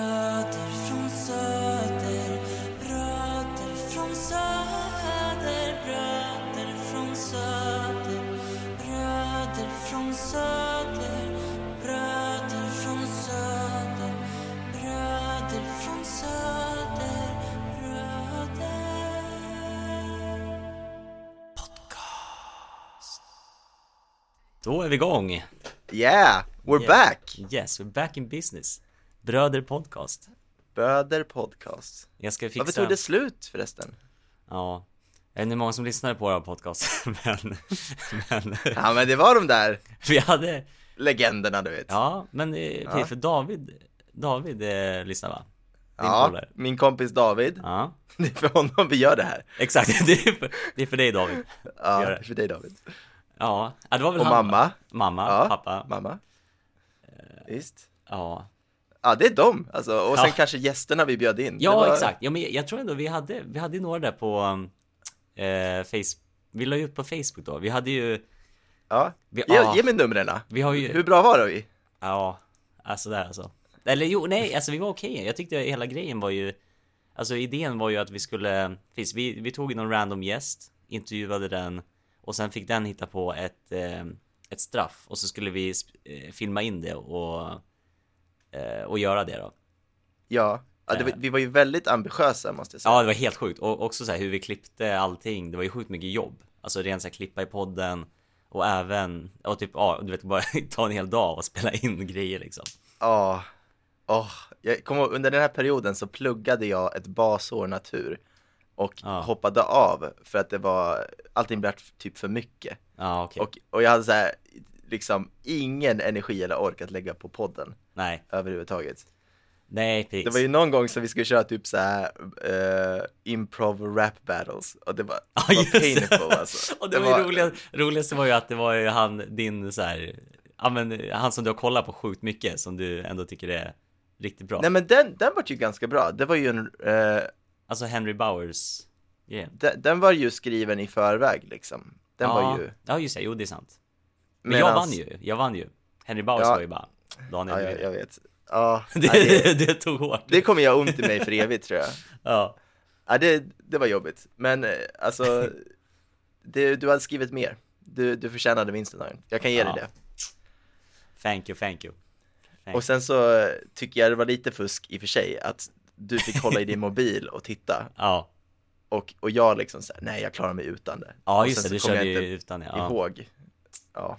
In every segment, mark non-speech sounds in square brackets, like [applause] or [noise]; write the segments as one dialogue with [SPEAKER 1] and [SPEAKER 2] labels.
[SPEAKER 1] Bröder från söder, bröder från söder, bröder från söder, bröder från söder, bröder från söder, bröder från söder, bröder.
[SPEAKER 2] Då är vi igång!
[SPEAKER 3] Yeah, we're back!
[SPEAKER 2] Yes, we're back in business. Bröder podcast.
[SPEAKER 3] Böder podcast.
[SPEAKER 2] Jag ska fixa...
[SPEAKER 3] Varför tog det slut förresten?
[SPEAKER 2] Ja. Jag vet inte hur många som lyssnade på vår podcast, [laughs] men... men
[SPEAKER 3] Ja men det var de där
[SPEAKER 2] vi hade...
[SPEAKER 3] legenderna du vet.
[SPEAKER 2] Ja, men eh, Peter, för David... David eh, lyssnar va? Din
[SPEAKER 3] Ja,
[SPEAKER 2] polare.
[SPEAKER 3] min kompis David.
[SPEAKER 2] Ja,
[SPEAKER 3] [laughs] Det är för honom vi gör det här.
[SPEAKER 2] exakt. [laughs] Det är för, det är för dig David.
[SPEAKER 3] Ja,
[SPEAKER 2] Gör
[SPEAKER 3] det
[SPEAKER 2] det.
[SPEAKER 3] är för dig David.
[SPEAKER 2] Ja, ja, det var väl
[SPEAKER 3] Och
[SPEAKER 2] han, va?
[SPEAKER 3] mamma.
[SPEAKER 2] Mamma,
[SPEAKER 3] Ja,
[SPEAKER 2] pappa.
[SPEAKER 3] Mamma. Visst.
[SPEAKER 2] Ja,
[SPEAKER 3] Ja, det är dem alltså. Och sen
[SPEAKER 2] Ja.
[SPEAKER 3] kanske gästerna vi bjöd in.
[SPEAKER 2] ja
[SPEAKER 3] Det var-
[SPEAKER 2] exakt. Ja, men jag- jag tror ändå vi hade, vi hade ju några där på... um, Eh, face... Vi la ju ut på Facebook då. Vi hade ju...
[SPEAKER 3] Ja.
[SPEAKER 2] Vi-
[SPEAKER 3] Ge,
[SPEAKER 2] ja.
[SPEAKER 3] ge mig numren.
[SPEAKER 2] Vi har ju...
[SPEAKER 3] Hur bra var det vi?
[SPEAKER 2] Ja, alltså där alltså. Eller jo, nej, alltså vi var okej. Jag tyckte hela grejen var ju... Alltså idén var ju att vi skulle... Visst, vi, vi tog någon random gäst, intervjuade den och sen fick den hitta på ett, eh, ett straff och så skulle vi sp- eh, filma in det och, eh, och göra det då.
[SPEAKER 3] Ja. ja det, var- vi var ju väldigt ambitiösa måste jag säga.
[SPEAKER 2] Eh. Ja, det var helt sjukt. Och också så här hur vi klippte allting. Det var ju sjukt mycket jobb. Alltså rent så här klippa i podden och även, och typ, ja, du vet bara [laughs] ta en hel dag och spela in grejer liksom.
[SPEAKER 3] Ja. Åh, jag kommer ihåg, under den här perioden så pluggade jag ett basår natur och
[SPEAKER 2] Ja.
[SPEAKER 3] hoppade av för att det var, allting blev typ för mycket.
[SPEAKER 2] Ja, okej.
[SPEAKER 3] Och, och jag hade så här, liksom ingen energi eller ork att lägga på podden
[SPEAKER 2] Nej,
[SPEAKER 3] överhuvudtaget.
[SPEAKER 2] nej precis.
[SPEAKER 3] Det var ju någon gång som vi skulle köra typ så här eh, improv rap battles och det var,
[SPEAKER 2] Ja
[SPEAKER 3] det var
[SPEAKER 2] just det!
[SPEAKER 3] painful alltså.
[SPEAKER 2] [laughs] [laughs] och det, var ju roligast, roligaste var ju att det var ju han, din så här, ja men han som du har kollat på sjukt mycket som du ändå tycker är riktigt bra.
[SPEAKER 3] Nej men den, den var ju ganska bra. Det var ju en, eh,
[SPEAKER 2] Alltså Henry Bowers yeah.
[SPEAKER 3] den, den var ju skriven i förväg liksom. Den
[SPEAKER 2] ja,
[SPEAKER 3] var ju
[SPEAKER 2] Ja just det, jo det är sant. Men jag
[SPEAKER 3] medans-
[SPEAKER 2] vann ju, jag vann ju. Henry Bowers
[SPEAKER 3] Ja.
[SPEAKER 2] var ju bara, Daniel
[SPEAKER 3] Ja,
[SPEAKER 2] du
[SPEAKER 3] jag,
[SPEAKER 2] vinner.
[SPEAKER 3] jag vet. Ja,
[SPEAKER 2] [laughs] det,
[SPEAKER 3] ja, det,
[SPEAKER 2] [laughs] det tog hårt.
[SPEAKER 3] det kommer jag ont i mig för evigt tror jag.
[SPEAKER 2] Ja.
[SPEAKER 3] Ja, det, det var jobbigt. Men eh, alltså, det, du hade skrivit mer. Du, du förtjänade vinsten Aron. Jag kan ge dig
[SPEAKER 2] Ja.
[SPEAKER 3] det.
[SPEAKER 2] Thank you, thank you.
[SPEAKER 3] Och sen så eh, tycker jag det var lite fusk i och för sig att du fick hålla i
[SPEAKER 2] [laughs]
[SPEAKER 3] din mobil och titta
[SPEAKER 2] Ja,
[SPEAKER 3] och, och jag liksom såhär, nej jag klarar mig utan det.
[SPEAKER 2] ja
[SPEAKER 3] och
[SPEAKER 2] just det,
[SPEAKER 3] sen
[SPEAKER 2] du
[SPEAKER 3] så kommer
[SPEAKER 2] körde
[SPEAKER 3] jag
[SPEAKER 2] ju
[SPEAKER 3] inte
[SPEAKER 2] utan ja.
[SPEAKER 3] ihåg. Ja.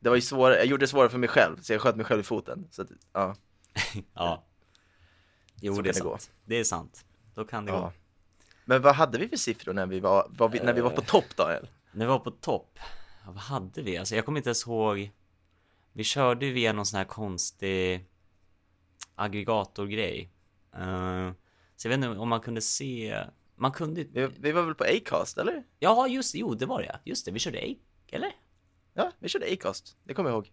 [SPEAKER 3] Det var ju svårare, jag gjorde det svårare för mig själv, så jag sköt mig själv i foten. Så att, ja.
[SPEAKER 2] ja. Jo
[SPEAKER 3] Så
[SPEAKER 2] det är
[SPEAKER 3] kan det gå.
[SPEAKER 2] sant. Det är sant. Då kan det gå.
[SPEAKER 3] ja. Men vad hade vi för siffror när vi var, var vi, när vi var
[SPEAKER 2] Eh.
[SPEAKER 3] på topp Daniel?
[SPEAKER 2] När vi var på topp, ja, vad hade vi? Alltså jag kommer inte ens ihåg. Vi körde ju via någon sån här konstig aggregatorgrej. Eh, så jag vet inte om man kunde se. Man kunde
[SPEAKER 3] Vi, vi var väl på Acast eller?
[SPEAKER 2] Ja, just Jo, det var det. ja. Just det, vi körde A. Eller?
[SPEAKER 3] Ja, vi körde Acast, det kommer jag ihåg.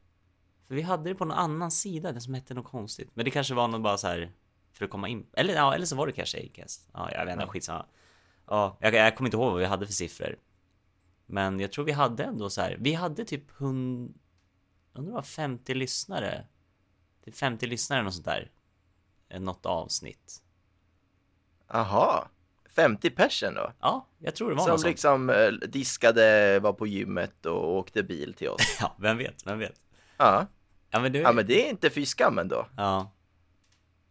[SPEAKER 2] För vi hade det på någon annan sida, den som hette något konstigt. Men det kanske var någon bara så här för att komma in. Eller ja, eller så var det kanske Acast. Ja, jag vet inte, skitsamma. Ja, jag, jag kommer inte ihåg vad vi hade för siffror. Men jag tror vi hade ändå så här. Vi hade typ hund... Undrar vad 50 lyssnare. Typ 50 lyssnare eller något sånt där. Eh, Något avsnitt.
[SPEAKER 3] Aha, 50 personer då?
[SPEAKER 2] Ja, jag tror det var något
[SPEAKER 3] Som
[SPEAKER 2] sånt.
[SPEAKER 3] liksom eh, diskade, var på gymmet och åkte bil till
[SPEAKER 2] [laughs]
[SPEAKER 3] oss.
[SPEAKER 2] [laughs] Ja, vem vet, vem vet.
[SPEAKER 3] Ja,
[SPEAKER 2] Ja, men det...
[SPEAKER 3] ja men det är inte fy skam ändå.
[SPEAKER 2] ja.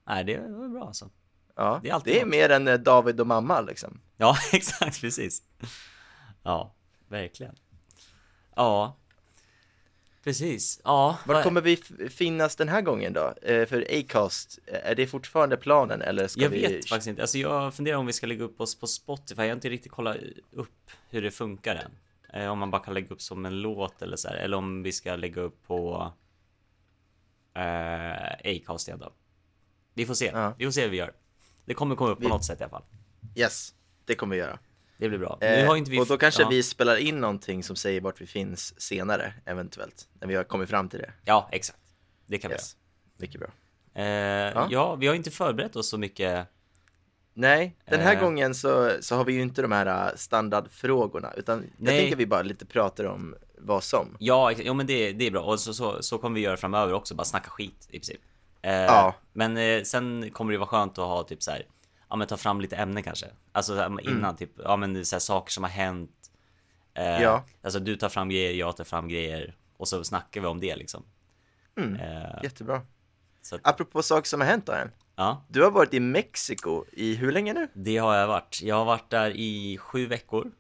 [SPEAKER 2] Nej, det var bra alltså.
[SPEAKER 3] Ja, det
[SPEAKER 2] Det är
[SPEAKER 3] är,
[SPEAKER 2] alltid något.
[SPEAKER 3] mer än eh, David och mamma liksom.
[SPEAKER 2] Ja, [laughs] exakt, precis. Ja, verkligen. Ja, precis. Ja,
[SPEAKER 3] Var
[SPEAKER 2] vad-
[SPEAKER 3] kommer vi f- finnas den här gången då? Eh, för Acast, eh, är det fortfarande planen eller ska
[SPEAKER 2] jag
[SPEAKER 3] vi...
[SPEAKER 2] vet faktiskt inte. Alltså, jag funderar om vi ska lägga upp oss på Spotify. Jag har inte riktigt kollat upp hur det funkar än. Eh, Om man bara kan lägga upp som en låt eller så här. Eller om vi ska lägga upp på eh, Acast igen då. Vi får se.
[SPEAKER 3] Ja.
[SPEAKER 2] Vi får se hur vi gör. Det kommer komma upp på något sätt i alla fall.
[SPEAKER 3] Yes, det kommer vi göra.
[SPEAKER 2] Det blir bra.
[SPEAKER 3] Eh,
[SPEAKER 2] nu har inte vi...
[SPEAKER 3] och då kanske
[SPEAKER 2] ja.
[SPEAKER 3] vi spelar in någonting som säger vart vi finns senare, eventuellt. När vi har kommit fram till det.
[SPEAKER 2] Ja, exakt. Det kan vi göra.
[SPEAKER 3] Yes, mycket bra.
[SPEAKER 2] Eh, ja. vi har inte förberett oss så mycket.
[SPEAKER 3] Nej, den här
[SPEAKER 2] Eh.
[SPEAKER 3] gången så, så har vi ju inte de här eh, standardfrågorna, utan
[SPEAKER 2] Nej.
[SPEAKER 3] jag tänker vi bara lite pratar om vad som.
[SPEAKER 2] Ja, ex- jo, men det, det är bra. Och så, så, så kommer vi göra framöver också, bara snacka skit i princip. Eh,
[SPEAKER 3] Ja.
[SPEAKER 2] Men eh, sen kommer det vara skönt att ha typ så här, ja men ta fram lite ämne kanske. Alltså så här, innan typ, ja men det är så här, saker som har hänt. Eh,
[SPEAKER 3] Ja.
[SPEAKER 2] Alltså du tar fram grejer, jag tar fram grejer. Och så snackar vi om det liksom. Eh,
[SPEAKER 3] Jättebra.
[SPEAKER 2] Så att-
[SPEAKER 3] Apropå saker som har hänt Arjen.
[SPEAKER 2] ja,
[SPEAKER 3] Du har varit i Mexiko i hur länge nu?
[SPEAKER 2] det har jag varit. Jag har varit där i sju veckor.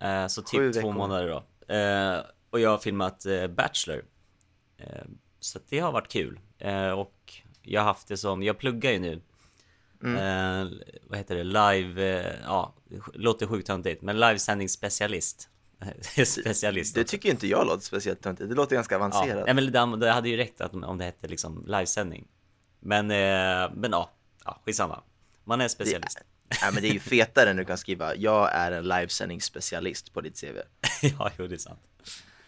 [SPEAKER 2] Eh, så typ
[SPEAKER 3] Sju
[SPEAKER 2] två
[SPEAKER 3] veckor.
[SPEAKER 2] månader då. Eh, och jag har filmat eh, Bachelor. Eh, så att det har varit kul. Eh, och jag har haft det som, jag pluggar ju nu.
[SPEAKER 3] Mm.
[SPEAKER 2] Eh, vad heter det? Live, eh, ja, låter sjukt töntigt, men livesändningsspecialist. [laughs] Specialist.
[SPEAKER 3] Det tycker inte jag låter speciellt töntigt. Det låter ganska
[SPEAKER 2] Ja,
[SPEAKER 3] avancerat.
[SPEAKER 2] nej, men det, det hade ju räckt att, om det hette liksom livesändning. Men, eh, men ja, ja, skitsamma. Man är specialist. [laughs]
[SPEAKER 3] Nej, men det är ju fetare när du kan skriva jag är en livesändningsspecialist på ditt CV.
[SPEAKER 2] ja, jo det är sant.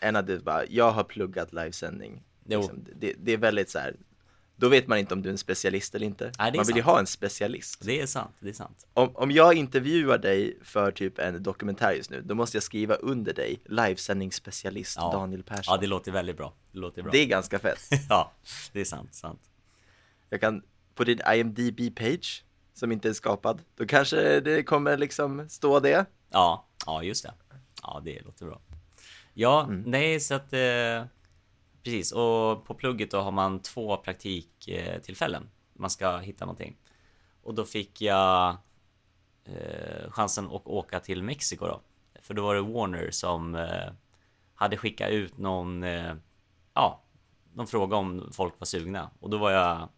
[SPEAKER 3] Än att du bara, jag har pluggat livesändning.
[SPEAKER 2] Jo.
[SPEAKER 3] Liksom, det, det är väldigt så här. Då vet man inte om du är en specialist eller inte.
[SPEAKER 2] Nej,
[SPEAKER 3] man
[SPEAKER 2] det är
[SPEAKER 3] vill ju
[SPEAKER 2] sant.
[SPEAKER 3] ha en specialist.
[SPEAKER 2] Det är sant, det är sant.
[SPEAKER 3] Om, om jag intervjuar dig för typ en dokumentär just nu, då måste jag skriva under dig livesändningsspecialist
[SPEAKER 2] Ja.
[SPEAKER 3] Daniel Persson.
[SPEAKER 2] Ja, det låter väldigt bra. Det låter bra.
[SPEAKER 3] det är ganska fett.
[SPEAKER 2] [laughs] Ja, det är sant, sant.
[SPEAKER 3] Jag kan, på din IMDB-page, som inte är skapad, då kanske det kommer liksom stå det.
[SPEAKER 2] Ja, ja just det. Ja, det låter bra. Ja, nej så att... Eh, precis, och på plugget då har man två praktiktillfällen. Man ska hitta någonting. Och då fick jag eh, chansen att åka till Mexiko då. För då var det Warner som eh, hade skickat ut någon... Eh, ja, de frågade om folk var sugna. Och då var jag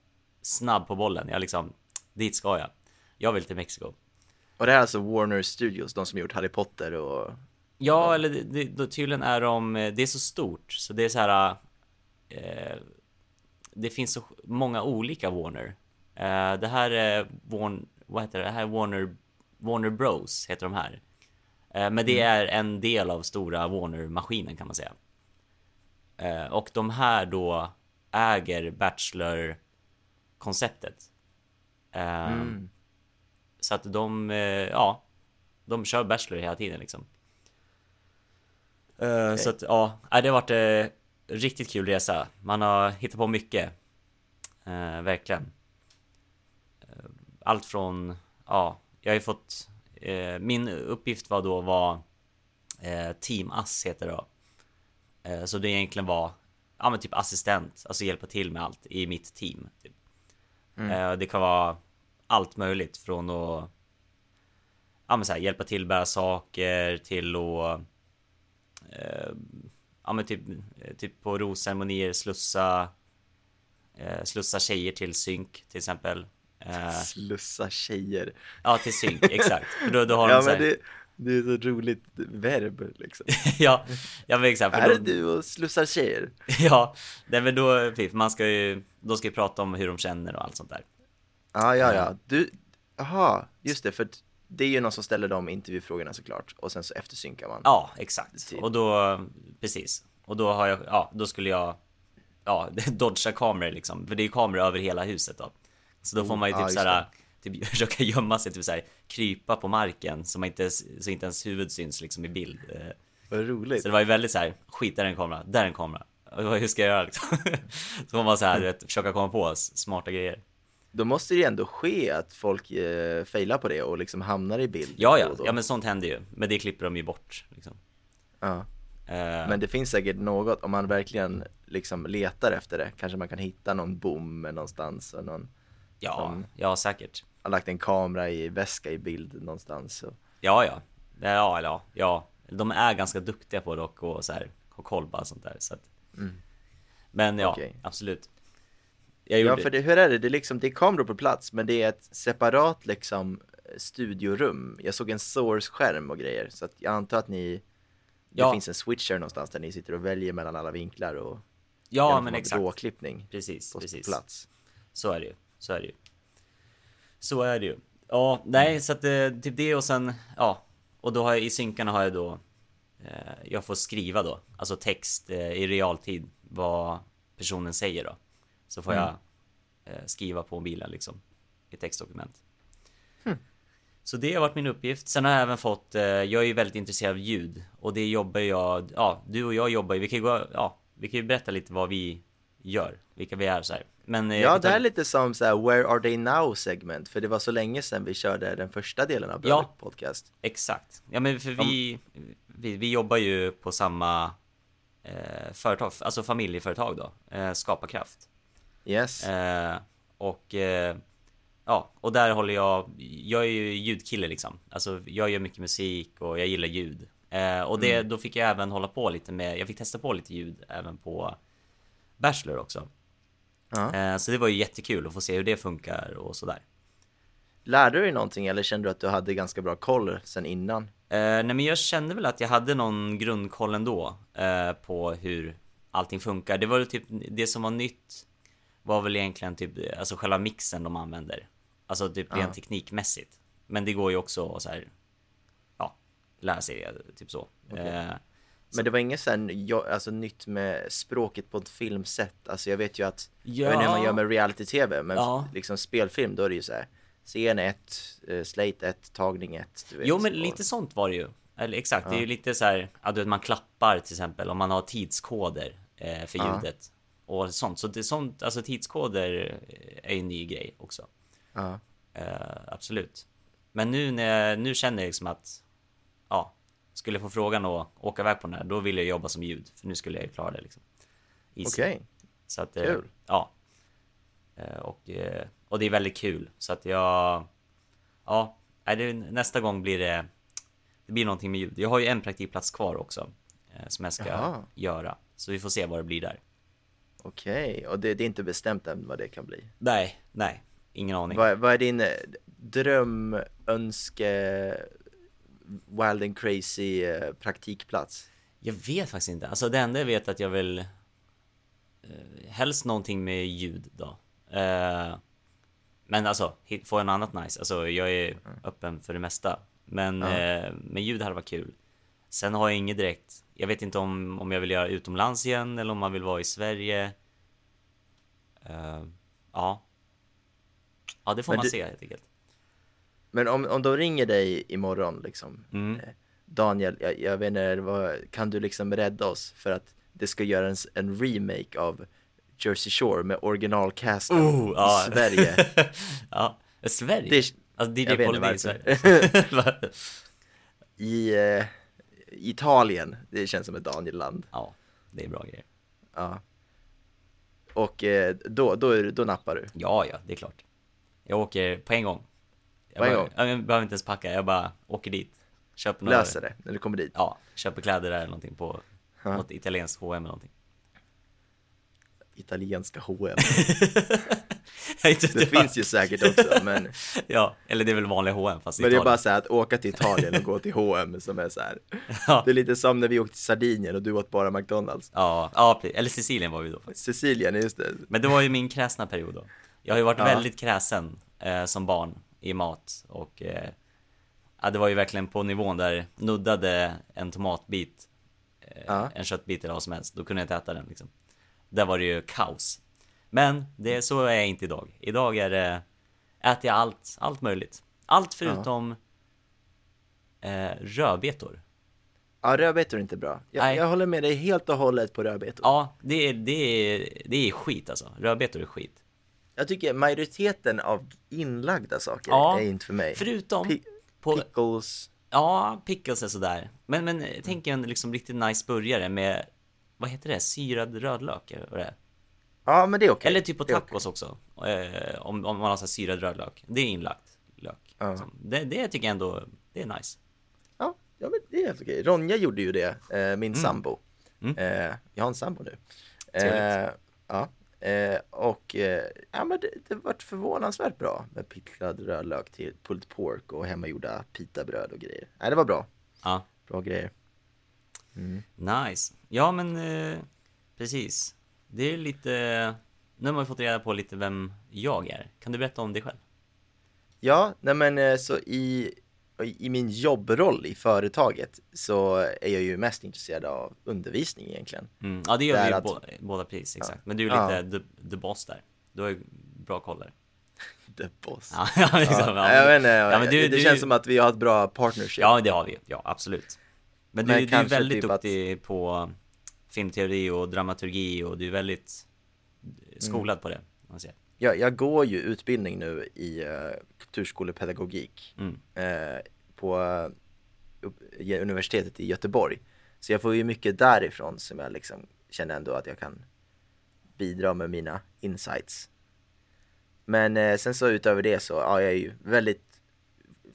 [SPEAKER 2] snabb på bollen. Jag liksom, dit ska jag. Jag vill till Mexiko.
[SPEAKER 3] Och det här är alltså Warner Studios, de som gjort Harry Potter och...
[SPEAKER 2] Ja, eller det, det, då tydligen är de, eh, det är så stort så det är så här. Eh, det finns så sj- många olika Warner. Eh, det här är Warner, vad heter det? det här är Warner, Warner Bros heter de här. Eh, men det är en del av stora Warner-maskinen kan man säga. Eh, och de här då äger Bachelor-konceptet. Eh, Så att de, eh, ja, de kör Bachelor hela tiden liksom. Eh, Så att ja, nej, det har varit eh, riktigt kul resa. Man har hittat på mycket. Eh, verkligen. Eh, allt från, ja, jag har ju fått, eh, min uppgift var då var eh, Team Ass heter det då. Eh, så det egentligen var, ja men typ assistent, alltså hjälpa till med allt i mitt team. Typ. Eh, det kan vara allt möjligt från att ja, men så här, hjälpa till bära saker till att eh, ja, men typ, typ på rosceremonier slussa eh, slussa tjejer till synk till exempel. Eh,
[SPEAKER 3] Slussa tjejer.
[SPEAKER 2] ja till synk, exakt. För då, då har
[SPEAKER 3] Ja
[SPEAKER 2] de så
[SPEAKER 3] men
[SPEAKER 2] här,
[SPEAKER 3] det, det är så roligt verb liksom.
[SPEAKER 2] ja, [laughs] ja men exakt. för
[SPEAKER 3] Här är
[SPEAKER 2] då-
[SPEAKER 3] du och slussar tjejer.
[SPEAKER 2] [laughs] Ja, nej men då, för man ska ju, de ska ju prata om hur de känner och allt sånt där.
[SPEAKER 3] Ja, ja, ja. Du, jaha, just det, för att det är ju någon som ställer de intervjufrågorna såklart och sen så eftersynkar man.
[SPEAKER 2] Ja, exakt.
[SPEAKER 3] Typ.
[SPEAKER 2] Och då, precis. Och då har jag, ja, då skulle jag, ja, [laughs] dodga kameror liksom. För det är ju kameror över hela huset då. Så då får man ju
[SPEAKER 3] Oh, ja,
[SPEAKER 2] typ
[SPEAKER 3] just
[SPEAKER 2] såhär, typ [laughs] försöka gömma sig, typ såhär, krypa på marken så man inte, så inte ens huvud syns liksom i bild. Eh,
[SPEAKER 3] Vad roligt.
[SPEAKER 2] Så det var ju väldigt såhär, skit där är en kamera, där är en kamera. Och jag bara, Hur ska jag göra liksom? [laughs] Så får man såhär, du vet, försöka komma på s- smarta grejer.
[SPEAKER 3] Då måste det ju ändå ske att folk eh, failar på det och liksom hamnar i bild.
[SPEAKER 2] Ja,
[SPEAKER 3] då
[SPEAKER 2] ja,
[SPEAKER 3] och då.
[SPEAKER 2] ja men sånt händer ju. Men det klipper de ju bort liksom.
[SPEAKER 3] ja.
[SPEAKER 2] Eh,
[SPEAKER 3] Men det finns säkert något, om man verkligen liksom letar efter det, kanske man kan hitta någon bom någonstans och någon
[SPEAKER 2] ja,
[SPEAKER 3] som-
[SPEAKER 2] ja säkert.
[SPEAKER 3] har lagt en kamera i väska i bild någonstans. Och...
[SPEAKER 2] Ja, ja. Det- Ja, eller ja, ja. De är ganska duktiga på det och, och så här, ha koll på allt sånt där. Så att... Men ja,
[SPEAKER 3] Mm. Okej.
[SPEAKER 2] absolut. Jag gjorde
[SPEAKER 3] Ja, för det, hur är det? Det är, liksom, det är kameror på plats, men det är ett separat liksom studiorum. Jag såg en source-skärm och grejer, så att jag antar att ni
[SPEAKER 2] Ja.
[SPEAKER 3] Det finns en switcher någonstans där ni sitter och väljer mellan alla vinklar och
[SPEAKER 2] ja men exakt.
[SPEAKER 3] råklippning
[SPEAKER 2] Precis,
[SPEAKER 3] på
[SPEAKER 2] precis.
[SPEAKER 3] plats.
[SPEAKER 2] Så är det ju. Så är det ju. Så är det ju. Ja, nej, så att eh, typ det och sen, ja. Och då har jag i synkarna har jag då, eh, jag får skriva då, alltså text eh, i realtid vad personen säger då. Så får
[SPEAKER 3] Mm.
[SPEAKER 2] jag eh, skriva på mobilen liksom, i textdokument.
[SPEAKER 3] Hm.
[SPEAKER 2] Så det har varit min uppgift. Sen har jag även fått, eh, jag är ju väldigt intresserad av ljud och det jobbar jag, ja, du och jag jobbar ju, vi kan ju gå, ja, vi kan ju berätta lite vad vi gör, vilka vi är så här. Men eh, jag
[SPEAKER 3] Ja,
[SPEAKER 2] kan
[SPEAKER 3] det
[SPEAKER 2] ta-
[SPEAKER 3] här är lite som så här, Where are they now segment, för det var så länge sedan vi körde den första delen av Bröder
[SPEAKER 2] Ja.
[SPEAKER 3] podcast.
[SPEAKER 2] Exakt. Ja men för vi, vi, vi jobbar ju på samma eh, företag, alltså familjeföretag då, eh, Skaparkraft.
[SPEAKER 3] Yes.
[SPEAKER 2] Eh, och eh, ja, och där håller jag, jag är ju ljudkille liksom. Alltså jag gör mycket musik och jag gillar ljud. Eh, och det, då fick jag även hålla på lite med, jag fick testa på lite ljud även på Bachelor också.
[SPEAKER 3] Ja.
[SPEAKER 2] Eh, så det var ju jättekul att få se hur det funkar och sådär.
[SPEAKER 3] Lärde du dig någonting eller kände du att du hade ganska bra koll sen innan?
[SPEAKER 2] Eh, nej men jag kände väl att jag hade någon grundkoll ändå eh, på hur allting funkar. Det var väl typ det som var nytt var väl egentligen typ alltså själva mixen de använder. Alltså typ rent teknikmässigt. Men det går ju också att så här. Ja, lära sig det typ så. Eh,
[SPEAKER 3] Men det var inget så här, jag- alltså, nytt med språket på ett filmsätt. Alltså jag vet ju att,
[SPEAKER 2] Ja.
[SPEAKER 3] jag vet inte hur man gör med reality-tv, men
[SPEAKER 2] Ja.
[SPEAKER 3] liksom spelfilm, då är det ju så här. Scen 1, slate 1, tagning 1.
[SPEAKER 2] Jo men lite sånt var det ju. Eller exakt, det är ju lite så här, ja, du vet man klappar till exempel om man har tidskoder eh, för
[SPEAKER 3] Ja.
[SPEAKER 2] ljudet. Och sånt. Så det är sånt, alltså tidskoder eh, är ju en ny grej också.
[SPEAKER 3] Ja.
[SPEAKER 2] Eh, absolut. Men nu, när jag, nu känner jag liksom att, ja, skulle jag få frågan att åka iväg på den här, då vill jag jobba som ljud. För nu skulle jag ju klara det liksom. Easy.
[SPEAKER 3] Okej.
[SPEAKER 2] Så att, eh,
[SPEAKER 3] kul.
[SPEAKER 2] Ja. Eh, och, eh, och det är väldigt kul. Så att jag, ja, nej, det, nästa gång blir det, det blir någonting med ljud. Jag har ju en praktikplats kvar också. Eh, som jag ska
[SPEAKER 3] Jaha.
[SPEAKER 2] göra. Så vi får se vad det blir där.
[SPEAKER 3] Okej, och det, det är inte bestämt än vad det kan bli.
[SPEAKER 2] Nej, nej. Ingen aning.
[SPEAKER 3] Vad, vad är din eh, dröm, önske, wild and crazy eh, praktikplats?
[SPEAKER 2] Jag vet faktiskt inte. Alltså det enda jag vet är att jag vill... Eh, helst någonting med ljud då. Eh, men alltså, hit- få en annat nice. Alltså jag är öppen för det mesta. Men eh, med ljud hade varit kul. Sen har jag inget direkt... Jag vet inte om, om jag vill göra utomlands igen eller om man vill vara i Sverige. Eh, ja. Ja, det får
[SPEAKER 3] Men
[SPEAKER 2] man
[SPEAKER 3] du-
[SPEAKER 2] se helt enkelt.
[SPEAKER 3] Men om, om de ringer dig imorgon liksom,
[SPEAKER 2] Mm.
[SPEAKER 3] eh, Daniel, jag, jag vet inte, vad, kan du liksom rädda oss för att det ska göras en remake av Jersey Shore med originalcasten
[SPEAKER 2] Oh, ja.
[SPEAKER 3] i
[SPEAKER 2] [laughs]
[SPEAKER 3] Sverige?
[SPEAKER 2] Ja, Sverige?
[SPEAKER 3] Det-
[SPEAKER 2] alltså
[SPEAKER 3] jag
[SPEAKER 2] DJ
[SPEAKER 3] vet inte
[SPEAKER 2] Polydin i
[SPEAKER 3] varför.
[SPEAKER 2] Sverige.
[SPEAKER 3] [laughs]
[SPEAKER 2] Va?
[SPEAKER 3] I eh, Italien, det känns som ett Daniel-land.
[SPEAKER 2] ja, det är bra grejer.
[SPEAKER 3] Ja. Och eh, då, då, är, du- då nappar du.
[SPEAKER 2] Ja, ja, det är klart. Jag åker på en gång. Jag,
[SPEAKER 3] På en
[SPEAKER 2] bara,
[SPEAKER 3] gång?
[SPEAKER 2] Ja, jag behöver inte ens packa, jag bara åker dit. Köper några,
[SPEAKER 3] Löser det när du kommer dit.
[SPEAKER 2] Ja, köper kläder där eller någonting på något italienskt H&M eller någonting. [laughs]
[SPEAKER 3] Italienska H&M.
[SPEAKER 2] Jag vet inte
[SPEAKER 3] Det
[SPEAKER 2] vad-
[SPEAKER 3] finns ju säkert också, men,
[SPEAKER 2] [laughs] Ja, eller det är väl vanliga H&M fast i
[SPEAKER 3] men det är
[SPEAKER 2] Italien.
[SPEAKER 3] bara så här att åka till Italien och gå till H&M som är så här.
[SPEAKER 2] Ja.
[SPEAKER 3] Det är lite som när vi åkte till Sardinien och du åt bara McDonalds.
[SPEAKER 2] Ja, ja, precis. eller Sicilien var vi då faktiskt.
[SPEAKER 3] Sicilien, just det.
[SPEAKER 2] Men det var ju min kräsna period då. Jag har ju varit
[SPEAKER 3] Ja.
[SPEAKER 2] väldigt kräsen eh, som barn i mat och eh, ja, det var ju verkligen på nivån där nuddade en tomatbit, eh,
[SPEAKER 3] Ja.
[SPEAKER 2] en köttbit eller vad som helst, då kunde jag inte äta den liksom. Där var det ju kaos. Men det, så är jag inte idag. Idag är det, äter jag allt, allt möjligt. Allt förutom eh, rödbetor.
[SPEAKER 3] Ja, rödbetor är inte bra. Jag,
[SPEAKER 2] Nej.
[SPEAKER 3] jag håller med dig helt och hållet på rödbetor.
[SPEAKER 2] Ja, det är, det är, det är skit alltså. Rödbetor är skit.
[SPEAKER 3] Jag tycker majoriteten av inlagda saker
[SPEAKER 2] Ja,
[SPEAKER 3] är inte för mig.
[SPEAKER 2] Förutom
[SPEAKER 3] Pi-
[SPEAKER 2] på
[SPEAKER 3] Pickles.
[SPEAKER 2] Ja, pickles är sådär. Men, men eh, tänk en liksom riktigt nice burgare med, vad heter det, syrad rödlök? Eller, vad det är.
[SPEAKER 3] Ja, men det är okej.
[SPEAKER 2] eller typ på
[SPEAKER 3] Det är
[SPEAKER 2] tacos också. Eh, om, om man har så här syrad rödlök. Det är inlagt lök.
[SPEAKER 3] Ja.
[SPEAKER 2] liksom. Det, det tycker jag ändå, det är nice.
[SPEAKER 3] Ja, ja men det är helt okej. Ronja gjorde ju det, eh,
[SPEAKER 2] Mm.
[SPEAKER 3] min sambo. Eh, jag har en sambo nu. Eh,
[SPEAKER 2] Trevligt.
[SPEAKER 3] ja. Eh, och eh, ja, men det, det vart förvånansvärt bra med picklad rödlök till pulled pork och hemmagjorda pitabröd och grejer. Nej, det var bra.
[SPEAKER 2] Ja,
[SPEAKER 3] Bra grejer.
[SPEAKER 2] nice. Ja, men eh, precis. Det är lite, nu har man fått reda på lite vem jag är. Kan du berätta om dig själv?
[SPEAKER 3] Ja, nej men eh, så i, i min jobbroll i företaget så är jag ju mest intresserad av undervisning egentligen.
[SPEAKER 2] Mm. Ja, det
[SPEAKER 3] Det
[SPEAKER 2] gör
[SPEAKER 3] är
[SPEAKER 2] vi ju
[SPEAKER 3] att-
[SPEAKER 2] bå, båda pris, exakt. Men du är
[SPEAKER 3] Ja.
[SPEAKER 2] lite the, the boss där. Du har ju bra koll där. [laughs]
[SPEAKER 3] The boss.
[SPEAKER 2] Ja, ja, [laughs] liksom, ja,
[SPEAKER 3] Ja, jag vet inte,
[SPEAKER 2] Ja, men du-
[SPEAKER 3] det, det
[SPEAKER 2] du-
[SPEAKER 3] känns som att vi har ett bra partnership.
[SPEAKER 2] Ja, det har vi ju. Ja, absolut. Men du,
[SPEAKER 3] Men
[SPEAKER 2] du är
[SPEAKER 3] kanske
[SPEAKER 2] väldigt
[SPEAKER 3] typ att-
[SPEAKER 2] duktig på filmteori och dramaturgi och du är väldigt eh,
[SPEAKER 3] Mm.
[SPEAKER 2] skolad på det. om Man säger.
[SPEAKER 3] Jag, jag går ju utbildning nu i uh, kulturskolepedagogik
[SPEAKER 2] Mm.
[SPEAKER 3] eh, på eh, upp- i universitetet i Göteborg. Så jag får ju mycket därifrån som jag liksom känner ändå att jag kan bidra med mina insights. Men eh, sen så utöver det så, ja jag är ju väldigt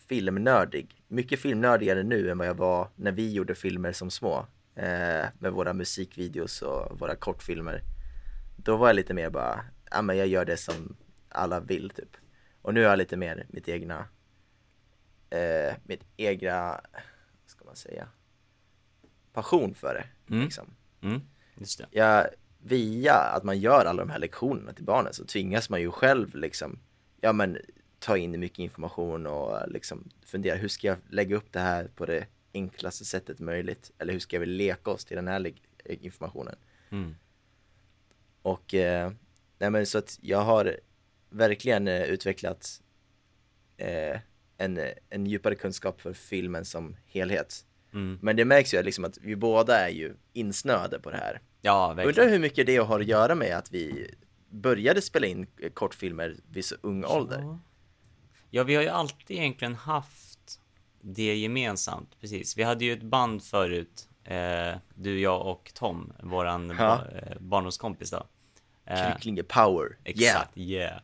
[SPEAKER 3] filmnördig. Mycket filmnördigare nu än vad jag var när vi gjorde filmer som små. Eh, med våra musikvideos och våra kortfilmer. Då var jag lite mer bara, ja men jag gör det som alla vill typ. Och nu är jag lite mer mitt egna, eh, mitt egna, vad ska man säga, passion för det.
[SPEAKER 2] Mm.
[SPEAKER 3] Liksom
[SPEAKER 2] Mm. Just det.
[SPEAKER 3] jag, via att man gör alla de här lektionerna till barnen så tvingas man ju själv liksom, ja men ta in mycket information och liksom fundera hur ska jag lägga upp det här på det enklaste sättet möjligt? Eller hur ska vi leka oss till den här leg- informationen?
[SPEAKER 2] Mm.
[SPEAKER 3] Och eh, nej men så att jag har verkligen eh, utvecklat eh, en, en djupare kunskap för filmen som helhet.
[SPEAKER 2] Mm.
[SPEAKER 3] Men det märks ju liksom att vi båda är ju insnöade på det här.
[SPEAKER 2] Ja,
[SPEAKER 3] Undrar
[SPEAKER 2] verkligen.
[SPEAKER 3] hur mycket det har att göra med att vi började spela in eh, kortfilmer vid så ung ålder.
[SPEAKER 2] Ja. Ja, vi har ju alltid egentligen haft det gemensamt. Precis. Vi hade ju ett band förut. Eh, du, jag och Tom, våran
[SPEAKER 3] Ja.
[SPEAKER 2] ba- eh, barndomskompis då. Eh,
[SPEAKER 3] Kycklinge power. Yeah.
[SPEAKER 2] exakt, yeah.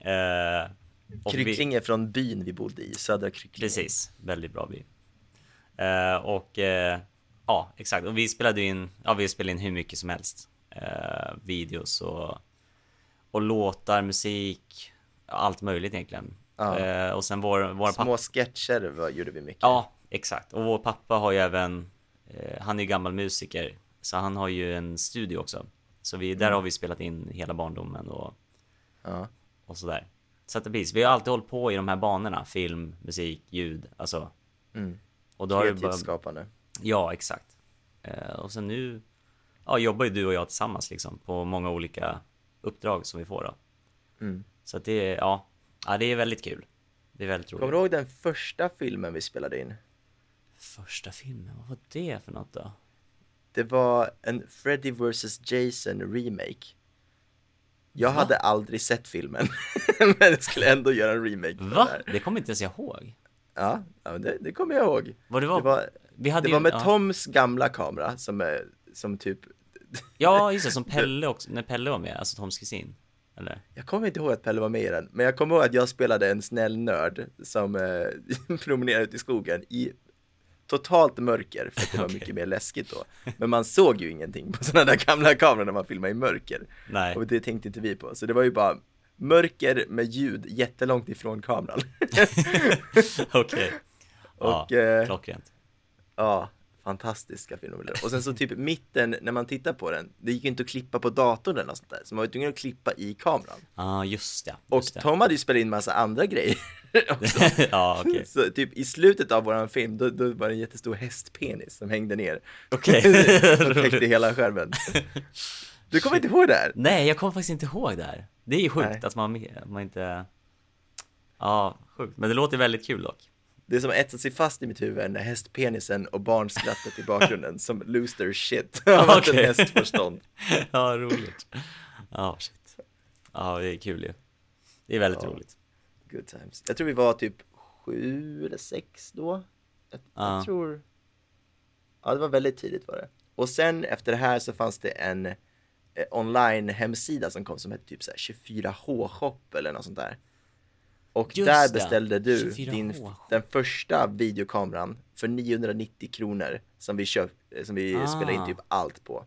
[SPEAKER 2] Eh, och vi-
[SPEAKER 3] Kycklinge från byn vi bodde i, Södra Kycklinge.
[SPEAKER 2] Precis, väldigt bra by. Eh, och eh, ja, exakt. Och vi spelade in, ja, vi spelade in hur mycket som helst. Eh, videos och, och låtar, musik, ja, allt möjligt egentligen.
[SPEAKER 3] Ja.
[SPEAKER 2] Eh, och sen vår, vår pappa.
[SPEAKER 3] Små sketcher var, gjorde vi mycket.
[SPEAKER 2] Ja, exakt. Och vår pappa har ju även, eh, han är ju gammal musiker, så han har ju en studio också. Så vi,
[SPEAKER 3] Mm.
[SPEAKER 2] där har vi spelat in hela barndomen och,
[SPEAKER 3] Ja.
[SPEAKER 2] och sådär. Så att det precis, vi har alltid hållit på i de här banorna, film, musik, ljud, alltså.
[SPEAKER 3] Mm.
[SPEAKER 2] Och då har det
[SPEAKER 3] Kreativt
[SPEAKER 2] bara,
[SPEAKER 3] skapande.
[SPEAKER 2] Ja, exakt. Eh, och sen nu ja, jobbar ju du och jag tillsammans liksom på många olika uppdrag som vi får då.
[SPEAKER 3] Mm.
[SPEAKER 2] Så att det är, ja, ja, det är väldigt kul. Det är väldigt roligt.
[SPEAKER 3] Kommer du ihåg den första filmen vi spelade in?
[SPEAKER 2] Första filmen, vad var det för något då?
[SPEAKER 3] Det var en Freddy vs Jason remake. Jag
[SPEAKER 2] Va?
[SPEAKER 3] hade aldrig sett filmen, [laughs] men jag skulle ändå göra en remake. på
[SPEAKER 2] Va?
[SPEAKER 3] det här.
[SPEAKER 2] Det kommer inte ens jag ihåg.
[SPEAKER 3] Ja, ja men det, det kommer jag ihåg.
[SPEAKER 2] Vad det var?
[SPEAKER 3] Det var,
[SPEAKER 2] vi hade
[SPEAKER 3] det
[SPEAKER 2] ju-
[SPEAKER 3] var med
[SPEAKER 2] ja.
[SPEAKER 3] Toms gamla kamera som, eh, som typ [laughs]
[SPEAKER 2] Ja, just det, som Pelle också, när Pelle var med, alltså Toms kusin. Eller?
[SPEAKER 3] Jag kommer inte ihåg att Pelle var med i den, men jag kommer ihåg att jag spelade en snäll nörd som eh, [laughs] promenerade ut i skogen i totalt mörker, för att det var mycket mer läskigt då. Men man såg ju ingenting på sådana där gamla kameror när man filmade i mörker. [laughs]
[SPEAKER 2] Nej.
[SPEAKER 3] Och det tänkte inte vi på, så det var ju bara mörker med ljud jättelångt ifrån
[SPEAKER 2] [laughs]
[SPEAKER 3] kameran.
[SPEAKER 2] [laughs] Okej.
[SPEAKER 3] Och,
[SPEAKER 2] ja,
[SPEAKER 3] eh,
[SPEAKER 2] klockrent.
[SPEAKER 3] Ja, fantastiska filmer. Och sen så typ mitten, när man tittar på den, det gick ju inte att klippa på datorn eller något sånt där, så man var ju tvungen att klippa i kameran.
[SPEAKER 2] Ja, just det.
[SPEAKER 3] Och
[SPEAKER 2] Just
[SPEAKER 3] Tom hade ju spelat in massa andra grejer också.
[SPEAKER 2] det. [laughs] ja, [laughs]
[SPEAKER 3] [laughs]
[SPEAKER 2] okej.
[SPEAKER 3] Så typ i slutet av våran film, då, då var det en jättestor hästpenis som hängde ner. [laughs]
[SPEAKER 2] Okej.
[SPEAKER 3] och täckte
[SPEAKER 2] [laughs] Roligt. Mm.
[SPEAKER 3] hela skärmen. Du kommer inte ihåg det här?
[SPEAKER 2] Nej, jag kommer faktiskt inte ihåg det här. Det är ju sjukt
[SPEAKER 3] Nej.
[SPEAKER 2] att man, man inte... Ja, sjukt. Men det låter väldigt kul dock. [laughs]
[SPEAKER 3] Det är som etsat sig fast i mitt huvud när hästpenisen och barnskrattet i bakgrunden som lose their shit [laughs] av att en
[SPEAKER 2] Okej.
[SPEAKER 3] häst får stånd.
[SPEAKER 2] ja, roligt. Ja, shit. Ja, det är kul ju. Det är väldigt
[SPEAKER 3] Ja.
[SPEAKER 2] roligt.
[SPEAKER 3] Good times. Jag tror vi var typ sju eller sex då. Jag,
[SPEAKER 2] Ja.
[SPEAKER 3] jag tror... Ja, det var väldigt tidigt var det. Och sen efter det här så fanns det en eh, online hemsida som kom som hette typ så här 24H-shop eller något sånt där. Och
[SPEAKER 2] Just
[SPEAKER 3] där
[SPEAKER 2] det.
[SPEAKER 3] beställde du
[SPEAKER 2] 24H
[SPEAKER 3] din,
[SPEAKER 2] shop.
[SPEAKER 3] den första videokameran för 990 kronor som vi, köp, eh, som vi
[SPEAKER 2] Ah.
[SPEAKER 3] spelade in typ allt på.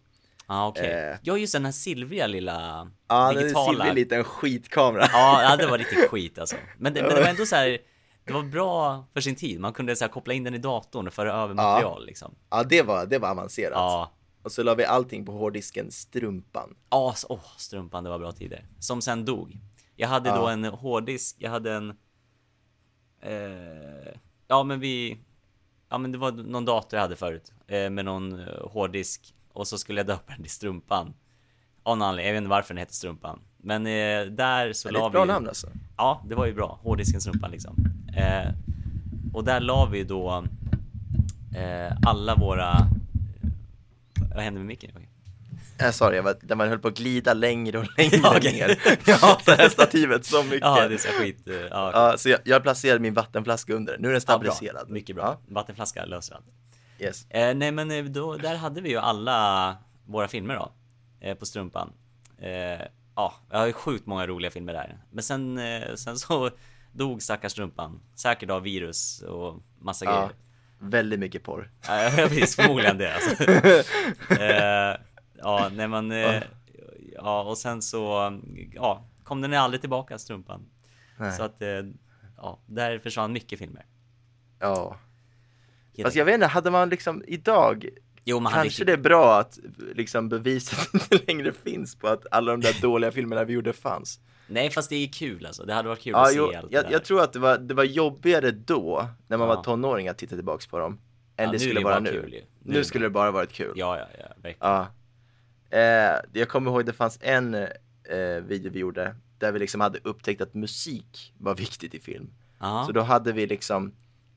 [SPEAKER 2] Ja, okej.
[SPEAKER 3] Eh.
[SPEAKER 2] Ja, just den här silvriga lilla
[SPEAKER 3] Ja, den är en
[SPEAKER 2] digitala.
[SPEAKER 3] silvrig liten skitkamera.
[SPEAKER 2] Ja, ja, det var riktigt skit alltså. Men det, men det var ändå så här... Det var bra för sin tid. Man kunde så här koppla in den i datorn och föra över material liksom.
[SPEAKER 3] [laughs] Ja, det var, det var avancerat.
[SPEAKER 2] Ja.
[SPEAKER 3] Och så la vi allting på hårddisken Strumpan.
[SPEAKER 2] Ja, s- åh, strumpan, det var bra tider. Som sen dog. Jag hade då en hårddisk, jag hade en... Eh, ja, men vi... Ja, men det var någon dator jag hade förut eh, med någon eh, hårddisk och så skulle jag döpa den till Strumpan. Av någon anledning, jag vet inte varför den heter Strumpan. Men eh, där så
[SPEAKER 3] Det är
[SPEAKER 2] la
[SPEAKER 3] ett bra
[SPEAKER 2] vi...
[SPEAKER 3] namn alltså.
[SPEAKER 2] Ja, det var ju bra. Hårddisken Strumpan liksom. Eh, och där la vi då eh, alla våra... Vad hände med micken? Okej.
[SPEAKER 3] Jag sa det, jag var, där man höll på att glida längre och längre
[SPEAKER 2] [laughs] Ja, okej.
[SPEAKER 3] ner. Jag hatar det här stativet så mycket.
[SPEAKER 2] [laughs] Ja, det är så skit... eh, Ja,
[SPEAKER 3] Ja, så jag, jag placerade min vattenflaska under. Nu är den
[SPEAKER 2] Ja, bra.
[SPEAKER 3] stabiliserad.
[SPEAKER 2] Mycket bra. Vattenflaska löser allt.
[SPEAKER 3] Ja, yes.
[SPEAKER 2] Eh, nej men eh, då, där hade vi ju alla våra filmer då. Eh, på strumpan. Eh, ja, jag har ju sjukt många roliga filmer där. Men sen, eh, sen så dog stackars strumpan. Säkert av virus och massa
[SPEAKER 3] ja,
[SPEAKER 2] grejer.
[SPEAKER 3] väldigt mycket porr.
[SPEAKER 2] Ja, precis. Förmodligen det alltså.
[SPEAKER 3] [laughs]
[SPEAKER 2] eh, Ja, nej men... Eh, ja, och sen så... Ja, kom den aldrig tillbaka, strumpan.
[SPEAKER 3] Nej.
[SPEAKER 2] Så att... Eh, ja, där försvann mycket filmer.
[SPEAKER 3] Ja.
[SPEAKER 2] Helt
[SPEAKER 3] Fast jag vet inte, hade man liksom idag,
[SPEAKER 2] Jo, men han
[SPEAKER 3] kanske det är bra att liksom beviset [laughs] inte längre finns på att alla de där dåliga filmerna vi gjorde fanns.
[SPEAKER 2] Nej, fast det är kul alltså. Det hade varit kul
[SPEAKER 3] Ja,
[SPEAKER 2] att
[SPEAKER 3] jo,
[SPEAKER 2] se allt det
[SPEAKER 3] jag,
[SPEAKER 2] där.
[SPEAKER 3] jag tror att det var, det var jobbigare då, när man
[SPEAKER 2] Ja.
[SPEAKER 3] var tonåring, att titta tillbaks på dem,
[SPEAKER 2] Ja,
[SPEAKER 3] än
[SPEAKER 2] nu
[SPEAKER 3] det
[SPEAKER 2] är
[SPEAKER 3] skulle
[SPEAKER 2] ju
[SPEAKER 3] vara nu.
[SPEAKER 2] bara kul ju. Nu
[SPEAKER 3] nu
[SPEAKER 2] är det
[SPEAKER 3] skulle det bara varit kul.
[SPEAKER 2] Ja, ja, ja. Verkligen.
[SPEAKER 3] Ja. Eh, jag kommer ihåg det fanns en eh, video vi gjorde där vi liksom hade upptäckt att musik var [laughs] viktigt i film.
[SPEAKER 2] Ja.
[SPEAKER 3] Så då hade vi liksom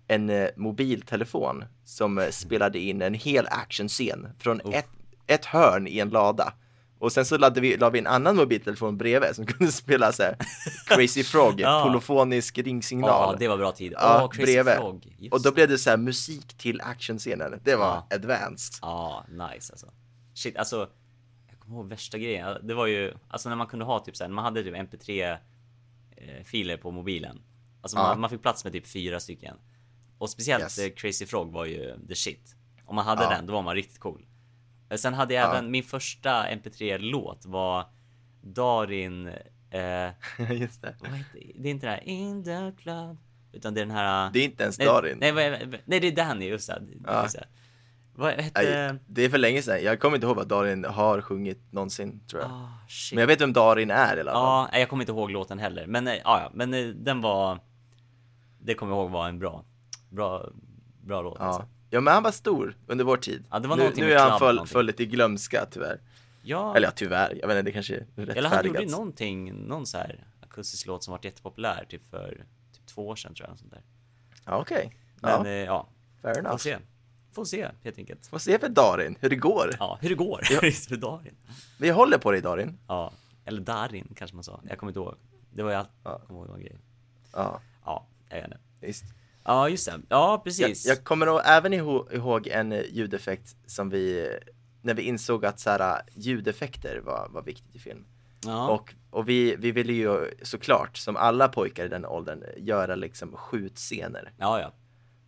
[SPEAKER 3] en eh, mobiltelefon som eh, spelade in en hel actionscen från ett, ett hörn i en lada. Och sen så lade vi, la vi en annan mobiltelefon bredvid som [laughs] kunde spela så här Crazy
[SPEAKER 2] [laughs]
[SPEAKER 3] Frog,
[SPEAKER 2] Ja.
[SPEAKER 3] polofonisk ringsignal.
[SPEAKER 2] Ja, det var bra tid.
[SPEAKER 3] Ja,
[SPEAKER 2] Ja, Crazy
[SPEAKER 3] bredvid.
[SPEAKER 2] Frog. Just
[SPEAKER 3] Och då
[SPEAKER 2] det.
[SPEAKER 3] blev det så här musik till actionscenen. Det var
[SPEAKER 2] Ja.
[SPEAKER 3] advanced. [laughs]
[SPEAKER 2] Ja, nice alltså. Shit, alltså. Jag kommer ihåg värsta grejen. Det var ju, alltså när man kunde ha typ såhär, man hade typ mp3-filer eh, på mobilen. Alltså man,
[SPEAKER 3] Ja.
[SPEAKER 2] man fick plats med typ fyra stycken. Och speciellt
[SPEAKER 3] Yes.
[SPEAKER 2] eh, Crazy Frog var ju the shit. Om man hade
[SPEAKER 3] Ja.
[SPEAKER 2] den, då var man riktigt cool. Eh, Sen hade jag
[SPEAKER 3] Ja.
[SPEAKER 2] även, min första mp3-låt var Darin... Eh,
[SPEAKER 3] Just det.
[SPEAKER 2] vad heter, det är inte det här In the club. Utan det är den här...
[SPEAKER 3] Det är inte ens
[SPEAKER 2] nej,
[SPEAKER 3] Darin.
[SPEAKER 2] Nej, vad- nej, det är Danny, just det. Just det. Vad hette...
[SPEAKER 3] Nej, det är för länge sedan. Jag kommer inte ihåg vad Darin har sjungit någonsin, tror jag.
[SPEAKER 2] Ah, shit. Ah,
[SPEAKER 3] Men jag vet vem Darin är i alla fall.
[SPEAKER 2] Ja, nej, jag kommer inte ihåg låten heller. Men eh, ja, ja, men eh, den var... Det kommer jag ihåg var en bra, bra, bra låt. Ja, alltså.
[SPEAKER 3] Ja. ja, men han var stor under vår tid.
[SPEAKER 2] Ja, det var
[SPEAKER 3] nu,
[SPEAKER 2] någonting
[SPEAKER 3] nu
[SPEAKER 2] med
[SPEAKER 3] är han
[SPEAKER 2] club
[SPEAKER 3] föll,
[SPEAKER 2] någonting.
[SPEAKER 3] föll lite i glömska, tyvärr.
[SPEAKER 2] ja
[SPEAKER 3] Eller ja, tyvärr. Jag vet inte, det kanske är
[SPEAKER 2] eller han gjorde ju
[SPEAKER 3] rättfärdigat.
[SPEAKER 2] någonting, någon så här akustisk låt som varit jättepopulär typ för typ två år sedan tror jag. och Sånt där.
[SPEAKER 3] Ja, okej.
[SPEAKER 2] Men
[SPEAKER 3] Ja,
[SPEAKER 2] eh, ja,
[SPEAKER 3] fair
[SPEAKER 2] får
[SPEAKER 3] enough.
[SPEAKER 2] se. Får se helt enkelt.
[SPEAKER 3] Får se för Darin, hur det går.
[SPEAKER 2] Ja, hur det går. [laughs] Visst, hur Darin.
[SPEAKER 3] Vi håller på dig Darin.
[SPEAKER 2] Ja, eller Darin kanske man sa. Jag kommer inte ihåg. Det var ju allt.
[SPEAKER 3] Ja.
[SPEAKER 2] Kommer ihåg någon grej.
[SPEAKER 3] Ja,
[SPEAKER 2] Ja, jag vet inte.
[SPEAKER 3] visst.
[SPEAKER 2] Ja, just det. Ja,
[SPEAKER 3] Jag,
[SPEAKER 2] precis.
[SPEAKER 3] jag kommer nog även iho- ihåg en eh, ljudeffekt som vi, eh, när vi insåg att så här, eh, ljudeffekter var, var viktigt i film.
[SPEAKER 2] ja.
[SPEAKER 3] Och, och vi, vi ville ju såklart, som alla pojkar i den åldern, göra liksom skjutscener.
[SPEAKER 2] ja, ja.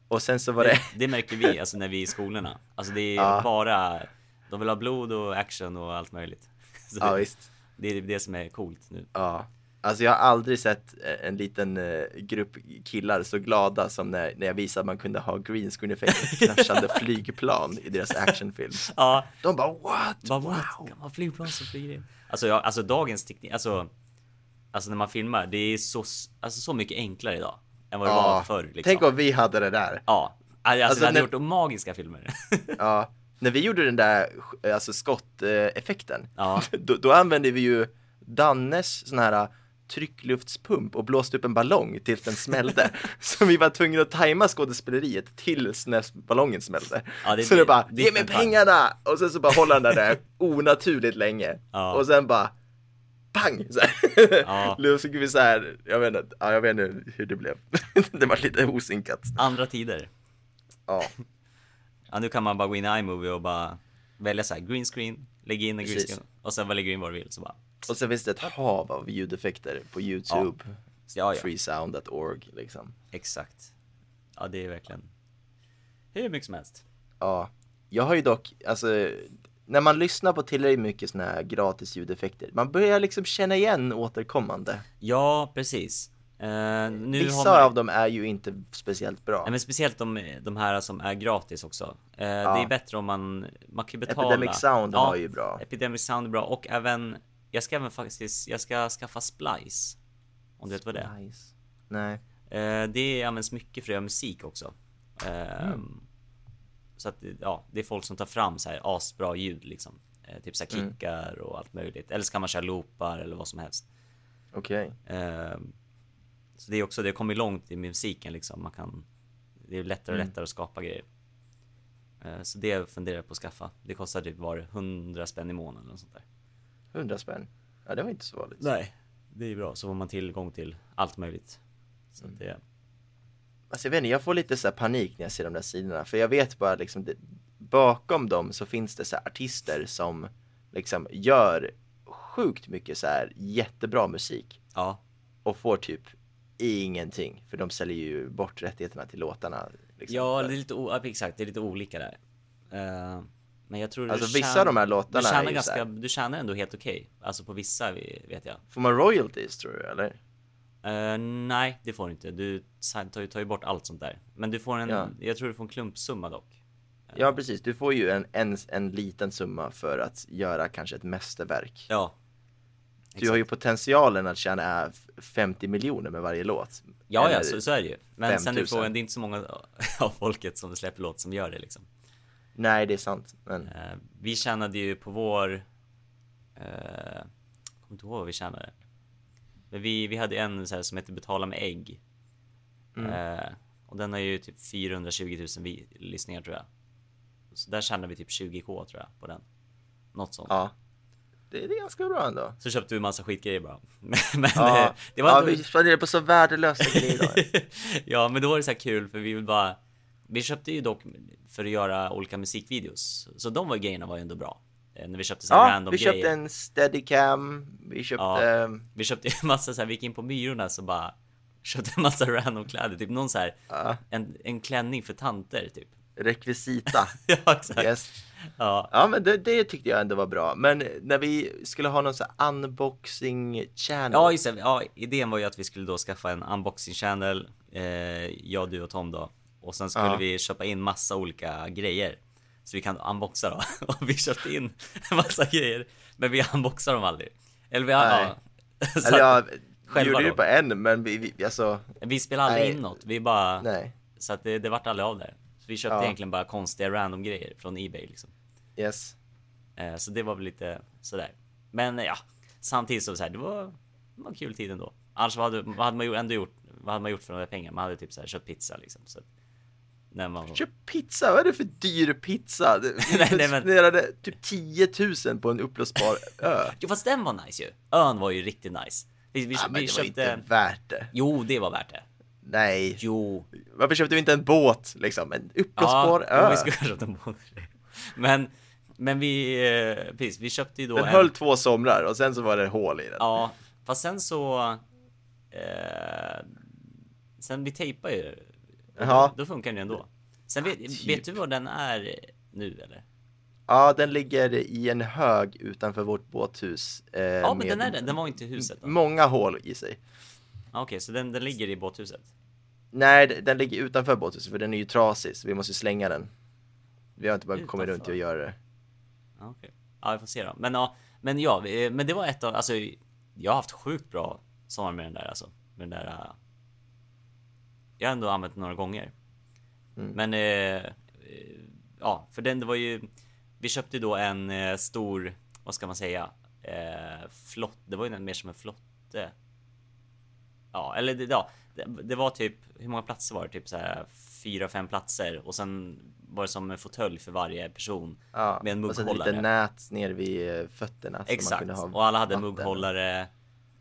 [SPEAKER 3] Och sen så var det,
[SPEAKER 2] Det märker vi alltså när vi är i skolorna. Alltså det är
[SPEAKER 3] Ja.
[SPEAKER 2] bara, de vill ha blod och action och allt möjligt. [laughs] Så
[SPEAKER 3] ja
[SPEAKER 2] det-
[SPEAKER 3] visst,
[SPEAKER 2] Det är typ det som är coolt nu.
[SPEAKER 3] [laughs] ja. Alltså jag har aldrig sett eh, en liten eh, grupp killar så glada som när, när jag visade att man kunde ha green screen effekter
[SPEAKER 2] [laughs]
[SPEAKER 3] kraschande flygplan i deras actionfilm.
[SPEAKER 2] Ja,
[SPEAKER 3] De bara what?
[SPEAKER 2] bara wow! Kan man flygplan som flyger in? Alltså, jag, alltså dagens teknik, alltså, alltså när man filmar, det är så, s- alltså, så mycket enklare idag än vad det var
[SPEAKER 3] Ja.
[SPEAKER 2] förr. Liksom.
[SPEAKER 3] Tänk om vi hade det där.
[SPEAKER 2] Ja, alltså,
[SPEAKER 3] Alltså,
[SPEAKER 2] det hade
[SPEAKER 3] när-
[SPEAKER 2] gjort magiska filmer. [laughs]
[SPEAKER 3] Ja, när vi gjorde den där eh, alltså skotteffekten,
[SPEAKER 2] Ja.
[SPEAKER 3] [laughs] då, då använde vi ju Dannes sån här eh, tryckluftspump och blåste upp en ballong tills den
[SPEAKER 2] [laughs]
[SPEAKER 3] smällde. så vi var tvungna att tajma skådespeleriet tills när ballongen smällde.
[SPEAKER 2] Ja, det
[SPEAKER 3] så
[SPEAKER 2] blir-
[SPEAKER 3] det bara,
[SPEAKER 2] det är
[SPEAKER 3] ge mig
[SPEAKER 2] fan-
[SPEAKER 3] pengarna! Och sen så bara håller han där,
[SPEAKER 2] [laughs]
[SPEAKER 3] där onaturligt länge.
[SPEAKER 2] Ja.
[SPEAKER 3] Och sen bara, pang! Så här.
[SPEAKER 2] Ja.
[SPEAKER 3] [laughs] Då fick vi så här, jag vet inte, ja, jag vet inte hur det blev. [laughs] det var lite osynkat.
[SPEAKER 2] Andra tider.
[SPEAKER 3] Ja,
[SPEAKER 2] Ja, nu kan man bara gå in i iMovie och bara välja så här green screen, lägga in en green
[SPEAKER 3] Precis.
[SPEAKER 2] screen och sen bara lägga in vad du vill så bara.
[SPEAKER 3] Och sen finns det ett hav av ljudeffekter på YouTube.
[SPEAKER 2] Ah, Ja, ja.
[SPEAKER 3] Freesound.org liksom.
[SPEAKER 2] Exakt. Ja, det är verkligen hur mycket som helst.
[SPEAKER 3] Ja. Jag har ju dock, alltså, när man lyssnar på tillräckligt mycket sådana här gratis ljudeffekter, man börjar liksom känna igen återkommande.
[SPEAKER 2] Ja, precis. Eh, nu har
[SPEAKER 3] Vissa
[SPEAKER 2] man...
[SPEAKER 3] av dem är ju inte speciellt bra.
[SPEAKER 2] Nej, men speciellt de, de här som är gratis också. Eh, Det är bättre om man, man kan ju betala.
[SPEAKER 3] Epidemic Sound har ju bra.
[SPEAKER 2] Epidemic Sound är bra och även, jag ska även faktiskt, jag ska skaffa Splice. Om du vet vad det är.
[SPEAKER 3] Nice. Nej.
[SPEAKER 2] Eh, det används mycket för att göra musik också. Eh, Så att, ja, det är folk som tar fram så här asbra ljud liksom. Eh, typ så här kickar och allt möjligt. Eller så kan man köra loopar eller vad som helst.
[SPEAKER 3] Okej.
[SPEAKER 2] Eh, så det är Mm. också, det kommer långt i musiken liksom. Man kan, det är lättare och lättare att skapa grejer. Eh, Så det funderar jag på att skaffa. Det kostar typ var det 100 spänn i månaden eller något sånt där.
[SPEAKER 3] 100 spänn. Ja, det var inte så vanligt.
[SPEAKER 2] Nej, det är bra. Så får man tillgång till allt möjligt. Så att det,
[SPEAKER 3] Alltså jag vet inte, jag får lite så här panik när jag ser de där sidorna, för jag vet bara liksom det, bakom dem så finns det så här artister som liksom gör sjukt mycket så här jättebra musik
[SPEAKER 2] ja,
[SPEAKER 3] och får typ ingenting, för de säljer ju bort rättigheterna till låtarna. Liksom.
[SPEAKER 2] ja det är lite o- ja, exakt. Det är lite olika där. Eh, Men jag tror
[SPEAKER 3] Alltså, vissa av de här låtarna
[SPEAKER 2] du
[SPEAKER 3] är
[SPEAKER 2] tjänar,
[SPEAKER 3] ju så
[SPEAKER 2] ganska,
[SPEAKER 3] här-
[SPEAKER 2] du tjänar ändå helt okej. Alltså på vissa vet jag.
[SPEAKER 3] Får man royalties tror du eller?
[SPEAKER 2] Eh, nej, det får du inte. Du tar ju, tar ju bort allt sånt där. Men du får en,
[SPEAKER 3] Ja.
[SPEAKER 2] jag tror du får en klumpsumma dock.
[SPEAKER 3] Ja precis, du får ju en, en, en liten summa för att göra kanske ett mästerverk.
[SPEAKER 2] Ja,
[SPEAKER 3] Du har ju potentialen att tjäna 50 miljoner med varje låt.
[SPEAKER 2] ja, ja
[SPEAKER 3] Eller-
[SPEAKER 2] så, så är det ju. Men sen du
[SPEAKER 3] 5000.
[SPEAKER 2] får, det är inte så många av folket som släpper låt som gör det liksom.
[SPEAKER 3] Nej, det är sant. Men...
[SPEAKER 2] Eh, vi tjänade ju på vår... eh, jag kommer inte ihåg vad vi tjänade. Men vi, vi hade en så här som hette Betala med ägg.
[SPEAKER 3] Mm.
[SPEAKER 2] Eh, och den har ju typ 420 000 vi, lyssningar tror jag. Så där tjänade vi typ 20k tror jag på den. Något sånt.
[SPEAKER 3] Ja. Det är ganska bra ändå.
[SPEAKER 2] Så köpte vi massa skitgrejer bara. [laughs] Men, men
[SPEAKER 3] Ja,
[SPEAKER 2] eh, det var
[SPEAKER 3] ja
[SPEAKER 2] ändå-
[SPEAKER 3] vi spenderar på så värdelösa
[SPEAKER 2] [laughs]
[SPEAKER 3] grejer idag.
[SPEAKER 2] ja, men då var det så här kul för vi vill bara... Vi köpte ju dock för att göra olika musikvideos. Så de var grejerna var ju ändå bra. Eh, När vi köpte så här
[SPEAKER 3] Ja,
[SPEAKER 2] random
[SPEAKER 3] vi köpte
[SPEAKER 2] grejer.
[SPEAKER 3] en steadicam, vi köpte...
[SPEAKER 2] Ja.
[SPEAKER 3] eh,
[SPEAKER 2] Vi köpte ju en massa så här, vi gick in på Myrorna så bara köpte en massa random kläder. Typ någon så här,
[SPEAKER 3] Ja.
[SPEAKER 2] en, en klänning för tanter typ. [laughs]
[SPEAKER 3] rekvisita.
[SPEAKER 2] Ja, exakt.
[SPEAKER 3] Yes.
[SPEAKER 2] Ja.
[SPEAKER 3] Ja, men det, det tyckte jag ändå var bra. Men när vi skulle ha någon sån här unboxing channel.
[SPEAKER 2] Ja, just det. Ja, idén var ju att vi skulle då skaffa en unboxing channel, eh, jag, du och Tom då. Och sen skulle
[SPEAKER 3] Ja.
[SPEAKER 2] vi köpa in massa olika grejer. Så vi kan unboxa då. [laughs] Och vi köpte in en massa grejer, men vi unboxar dem aldrig. Eller vi,
[SPEAKER 3] Nej.
[SPEAKER 2] ja, [laughs] så
[SPEAKER 3] Eller ja, vi
[SPEAKER 2] själva
[SPEAKER 3] gjorde ju
[SPEAKER 2] då.
[SPEAKER 3] bara en, men vi, vi alltså,
[SPEAKER 2] vi spelar aldrig
[SPEAKER 3] Nej.
[SPEAKER 2] in något. Vi bara,
[SPEAKER 3] nej.
[SPEAKER 2] så att det, det vart aldrig av där. Så vi köpte
[SPEAKER 3] Ja.
[SPEAKER 2] egentligen bara konstiga random grejer från Ebay liksom.
[SPEAKER 3] Yes.
[SPEAKER 2] Eh, så det var väl lite sådär. Men eh, ja, samtidigt så, så här, det var det var en kul tid ändå. Annars vad hade, vad hade man ju ändå gjort? Vad hade man gjort för de där pengarna? Man hade typ så här, köpt pizza liksom. Så att, när man,
[SPEAKER 3] Köp pizza, vad är det för dyr pizza? Du
[SPEAKER 2] [laughs] Nej, nej, men-
[SPEAKER 3] spenderade typ 10 000 på en uppblåsbar ö.
[SPEAKER 2] jo fast den var nice ju. Ön var ju riktigt nice. Vi, vi,
[SPEAKER 3] Ja, men
[SPEAKER 2] vi
[SPEAKER 3] det var
[SPEAKER 2] köpte...
[SPEAKER 3] inte värt det.
[SPEAKER 2] Jo, det var värt det.
[SPEAKER 3] Nej.
[SPEAKER 2] Jo.
[SPEAKER 3] Varför köpte vi inte en båt liksom? En uppblåsbar
[SPEAKER 2] jo,
[SPEAKER 3] ö.
[SPEAKER 2] vi skulle ha köpt en båt. Men, men vi, eh, precis, vi köpte ju då
[SPEAKER 3] Den
[SPEAKER 2] en...
[SPEAKER 3] höll två somrar och sen så var det hål i den.
[SPEAKER 2] Ja, fast sen så... Eh, sen vi tejpar ju.
[SPEAKER 3] Jaha.
[SPEAKER 2] Då funkar den ju ändå. Sen vet,
[SPEAKER 3] typ.
[SPEAKER 2] vet du vad den är nu eller?
[SPEAKER 3] Ja, den ligger i en hög utanför vårt båthus. Eh,
[SPEAKER 2] Ja, men den är den. Den var inte i huset. Då.
[SPEAKER 3] Många hål i sig.
[SPEAKER 2] Ah, Okej, så den, den ligger i båthuset.
[SPEAKER 3] Nej, d- den ligger utanför båthuset för den är ju trasig så vi måste slänga den. Vi har inte bara kommit runt till att göra det.
[SPEAKER 2] Ja, okej. Ja, vi får se då. Men ja, men ja, vi- men det var ett av, alltså jag har haft sjukt bra sommar med den där alltså. Med den där. eh, Jag har ändå använt den några gånger. Men eh, eh, ja, för den det var ju. Vi köpte ju då en eh, stor, vad ska man säga? Eh, flott. Det var ju den mer som en flotte. Ja, eller det, ja, det, det var typ, hur många platser var det? Typ så här fyra, fem platser och sen var det som en fåtölj för varje person.
[SPEAKER 3] Ja,
[SPEAKER 2] med en
[SPEAKER 3] och sen lite
[SPEAKER 2] mugghållare.
[SPEAKER 3] nät ner vid eh, fötterna. så
[SPEAKER 2] Exakt, och alla hade mugghållare.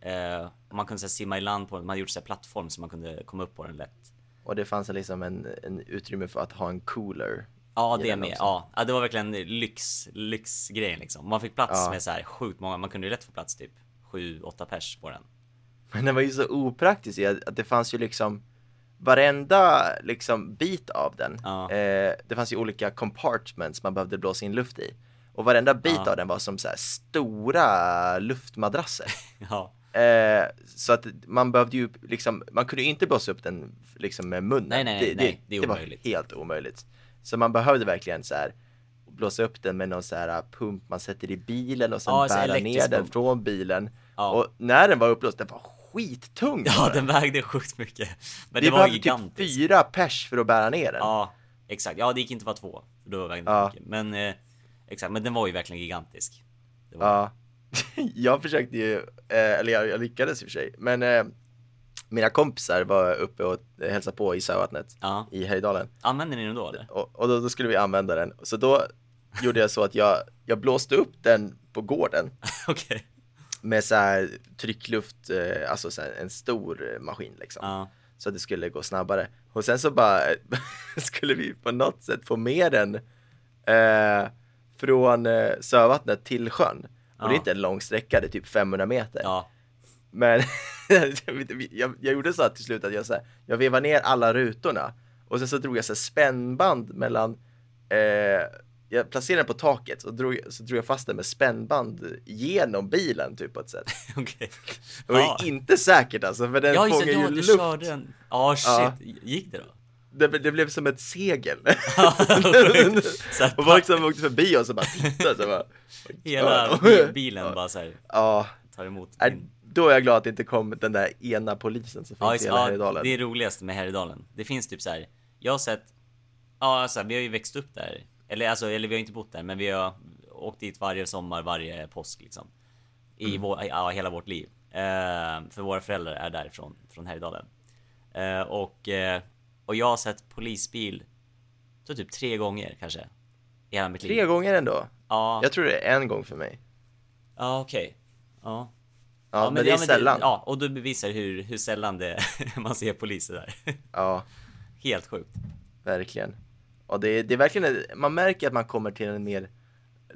[SPEAKER 2] Eh, och man kunde så här, simma i land på den, man hade gjort så här, plattform så man kunde komma upp på den lätt.
[SPEAKER 3] Och det fanns liksom en, en utrymme för att ha en cooler.
[SPEAKER 2] Ja,
[SPEAKER 3] i
[SPEAKER 2] det
[SPEAKER 3] den
[SPEAKER 2] med.
[SPEAKER 3] också.
[SPEAKER 2] Ja. ja, det var verkligen lyx, lyxgrejen liksom. Man fick plats
[SPEAKER 3] Ja.
[SPEAKER 2] med så här sjukt många, man kunde ju lätt få plats typ 7-8 pers på den. [laughs]
[SPEAKER 3] Men den var ju så opraktisk i att att det fanns ju liksom varenda liksom bit av den.
[SPEAKER 2] Ja.
[SPEAKER 3] Eh, det fanns ju olika compartments man behövde blåsa in luft i. Och varenda bit
[SPEAKER 2] Ja.
[SPEAKER 3] av den var som så här stora luftmadrasser.
[SPEAKER 2] Ja,
[SPEAKER 3] eh, så att man behövde ju liksom, man kunde ju inte blåsa upp den liksom med munnen.
[SPEAKER 2] Nej, nej,
[SPEAKER 3] det,
[SPEAKER 2] nej, det är
[SPEAKER 3] det var
[SPEAKER 2] omöjligt.
[SPEAKER 3] helt omöjligt. Så man behövde verkligen så här blåsa upp den med någon så här pump man sätter i bilen och sen
[SPEAKER 2] Ja, så
[SPEAKER 3] bära
[SPEAKER 2] elektrisk
[SPEAKER 3] ner den
[SPEAKER 2] pump.
[SPEAKER 3] från bilen.
[SPEAKER 2] Ja.
[SPEAKER 3] Och när den var uppblåst, den var skittung!
[SPEAKER 2] ja
[SPEAKER 3] bara.
[SPEAKER 2] den vägde sjukt mycket. Men
[SPEAKER 3] Vi
[SPEAKER 2] det var
[SPEAKER 3] behövde
[SPEAKER 2] gigantiskt.
[SPEAKER 3] typ fyra pers för att bära ner den.
[SPEAKER 2] Ja, exakt. Ja, det gick inte att vara två. För då vägde den
[SPEAKER 3] Ja.
[SPEAKER 2] mycket. Men, eh, exakt. Men den var ju verkligen gigantisk. Det var,
[SPEAKER 3] [laughs] Ja. jag försökte ju, eh, eller jag, jag lyckades i och för sig, men eh, mina kompisar var uppe och hälsade på i Sjövattnet
[SPEAKER 2] Ja.
[SPEAKER 3] i Härjedalen.
[SPEAKER 2] Använder ni den då eller? [laughs]
[SPEAKER 3] Och, och då, då skulle vi använda den. Så då gjorde jag så att jag, jag blåste upp den på gården
[SPEAKER 2] Okej.
[SPEAKER 3] med så här tryckluft, eh, alltså så här en stor eh, maskin liksom.
[SPEAKER 2] Ja.
[SPEAKER 3] Så att det skulle gå snabbare. Och sen så bara [laughs] skulle vi på något sätt få med den eh, från eh, Sövattnet till sjön. Och det
[SPEAKER 2] Ja.
[SPEAKER 3] är inte en lång sträcka, det är typ 500 meter.
[SPEAKER 2] Ja. [laughs]
[SPEAKER 3] Men [laughs] jag, jag gjorde så att till slut att jag, så här, jag vevade ner alla rutorna och sen så drog jag så här spännband mellan, eh, jag placerade den på taket och drog, så drog jag fast den med spännband genom bilen typ på ett sätt.
[SPEAKER 2] Okej.
[SPEAKER 3] Det var
[SPEAKER 2] Ja.
[SPEAKER 3] ju inte säkert alltså för den
[SPEAKER 2] Ja just
[SPEAKER 3] fångar
[SPEAKER 2] det,
[SPEAKER 3] ju
[SPEAKER 2] ja, du
[SPEAKER 3] luft.
[SPEAKER 2] körde den. Ja
[SPEAKER 3] Ja.
[SPEAKER 2] shit, gick det då? [laughs]
[SPEAKER 3] Det, det blev som ett segel.
[SPEAKER 2] Så här,
[SPEAKER 3] [laughs] och folk som åkte förbi oss och bara tittade så bara,
[SPEAKER 2] [laughs] Hela
[SPEAKER 3] Ja.
[SPEAKER 2] bi- bilen bara såhär
[SPEAKER 3] [laughs] ja.
[SPEAKER 2] tar emot.
[SPEAKER 3] Äh,
[SPEAKER 2] din-
[SPEAKER 3] Då är jag glad att det inte kom den där ena polisen som
[SPEAKER 2] Ja,
[SPEAKER 3] finns
[SPEAKER 2] just,
[SPEAKER 3] i hela
[SPEAKER 2] ja,
[SPEAKER 3] Härjedalen.
[SPEAKER 2] det är roligast med Härjedalen. Det finns typ så här. jag har sett, ja alltså, vi har ju växt upp där. Eller alltså, eller vi har inte bott där men vi har åkt dit varje sommar, varje påsk liksom. I
[SPEAKER 3] Mm.
[SPEAKER 2] vår, ja, hela vårt liv. Eh, för våra föräldrar är därifrån, från Härjedalen. Eh, och, eh, och jag har sett polisbil, så typ tre gånger kanske. I hela mitt liv.
[SPEAKER 3] Tre gånger ändå.
[SPEAKER 2] Ja,
[SPEAKER 3] Jag tror det är en gång för mig.
[SPEAKER 2] ja okej. Ja.
[SPEAKER 3] Ja, men, det är
[SPEAKER 2] ja,
[SPEAKER 3] sällan. ja.
[SPEAKER 2] ja, och du bevisar hur, hur sällan det, [laughs] man ser poliser där. [laughs] Helt sjukt.
[SPEAKER 3] verkligen. Och det, är- det är verkligen, man märker att man kommer till en mer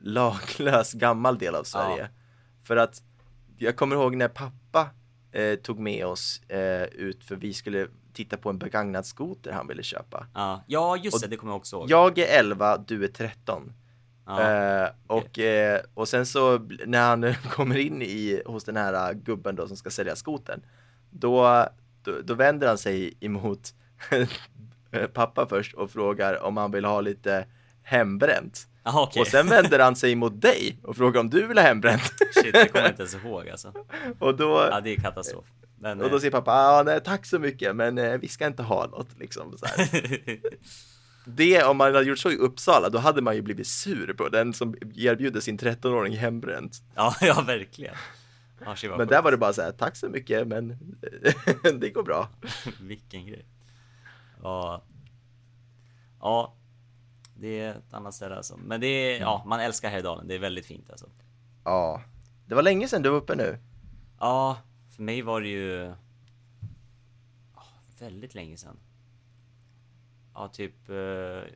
[SPEAKER 3] laglös gammal del av Sverige. För att jag kommer ihåg när pappa eh, tog med oss eh, ut för vi skulle titta på en begagnad skoter han ville köpa.
[SPEAKER 2] Ja, ja just
[SPEAKER 3] Och-
[SPEAKER 2] det, det kommer jag också ihåg.
[SPEAKER 3] Jag är 11, du är 13.
[SPEAKER 2] Ja.
[SPEAKER 3] Eh, och, eh, och sen så bl- när han [laughs] kommer in i, hos den här eh, gubben då som ska sälja skoten då, då, då vänder han sig emot [laughs] pappa först och frågar om han vill ha lite hembränt.
[SPEAKER 2] Jaha, okej.
[SPEAKER 3] Och sen vänder han sig emot dig och frågar om du vill ha hembränt.
[SPEAKER 2] [laughs] Shit, det kommer jag inte ens ihåg alltså.
[SPEAKER 3] och, då,
[SPEAKER 2] Ja, det är katastrof. Men,
[SPEAKER 3] och då säger pappa, ah, nej tack så mycket men eh, vi ska inte ha något liksom. Så
[SPEAKER 2] [laughs]
[SPEAKER 3] här.
[SPEAKER 2] eh,
[SPEAKER 3] Det, om man hade gjort så i Uppsala, då hade man ju blivit sur på den som erbjuder sin 13-åring hembränt.
[SPEAKER 2] ja, ja, verkligen. Ja, shit, vad
[SPEAKER 3] Men
[SPEAKER 2] sjukt.
[SPEAKER 3] där var det bara så här, tack så mycket men [laughs] det går bra.
[SPEAKER 2] [laughs] Vilken grej. Ja. Ja. Det är ett annat ställe alltså. Men det är, ja,
[SPEAKER 3] Mm.
[SPEAKER 2] man älskar Härjedalen. Det är väldigt fint alltså.
[SPEAKER 3] Ja. Det var länge sedan du var uppe nu.
[SPEAKER 2] Ja, för mig var det ju... ja, väldigt länge sedan. Ja, typ... eh,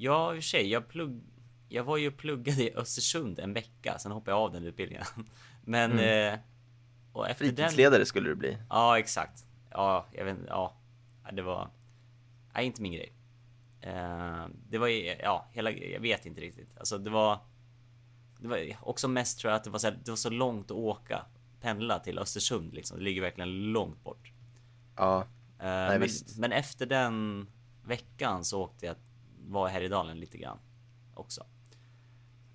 [SPEAKER 2] Ja, i och för sig, jag plugg... Jag var ju och pluggade i Östersund en vecka, sen hoppade jag av den utbildningen. [laughs] Men... eh, Och efter den...
[SPEAKER 3] Fritidsledare skulle du bli.
[SPEAKER 2] Ja, exakt. Ja, jag vet Ja, det var... Nej, inte min grej. Eh, det var ju- ja, hela Jag vet inte riktigt. Alltså det var... Det var också mest tror jag att det var så, här, det var så långt att åka. Pendla till Östersund liksom. Det ligger verkligen långt bort.
[SPEAKER 3] Ja.
[SPEAKER 2] Eh, men,
[SPEAKER 3] visst.
[SPEAKER 2] men efter den veckan så åkte jag, var här i Dalen lite grann också.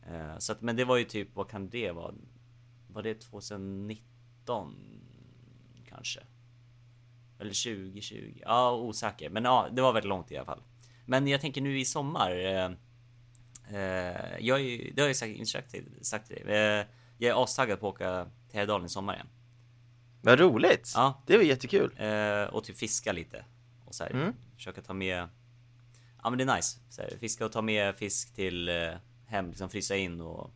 [SPEAKER 2] Eh, så att, men det var ju typ, vad kan det vara? Var det 2019 kanske? Eller 2020? Ja, osäker. Men ja, det var väldigt långt i alla fall. Men jag tänker nu i sommar. Eh, eh, jag är ju, det har jag ju sagt, sagt, till- sagt till dig. Eh, jag är astaggad på att åka till Härjedalen i sommar igen.
[SPEAKER 3] Vad roligt!
[SPEAKER 2] Ja.
[SPEAKER 3] Det var jättekul.
[SPEAKER 2] Eh, och typ fiska lite. Och så här,
[SPEAKER 3] Mm.
[SPEAKER 2] försöka ta med... Ja men det är nice. Så här, fiska och ta med fisk till eh, hem, liksom frysa in och,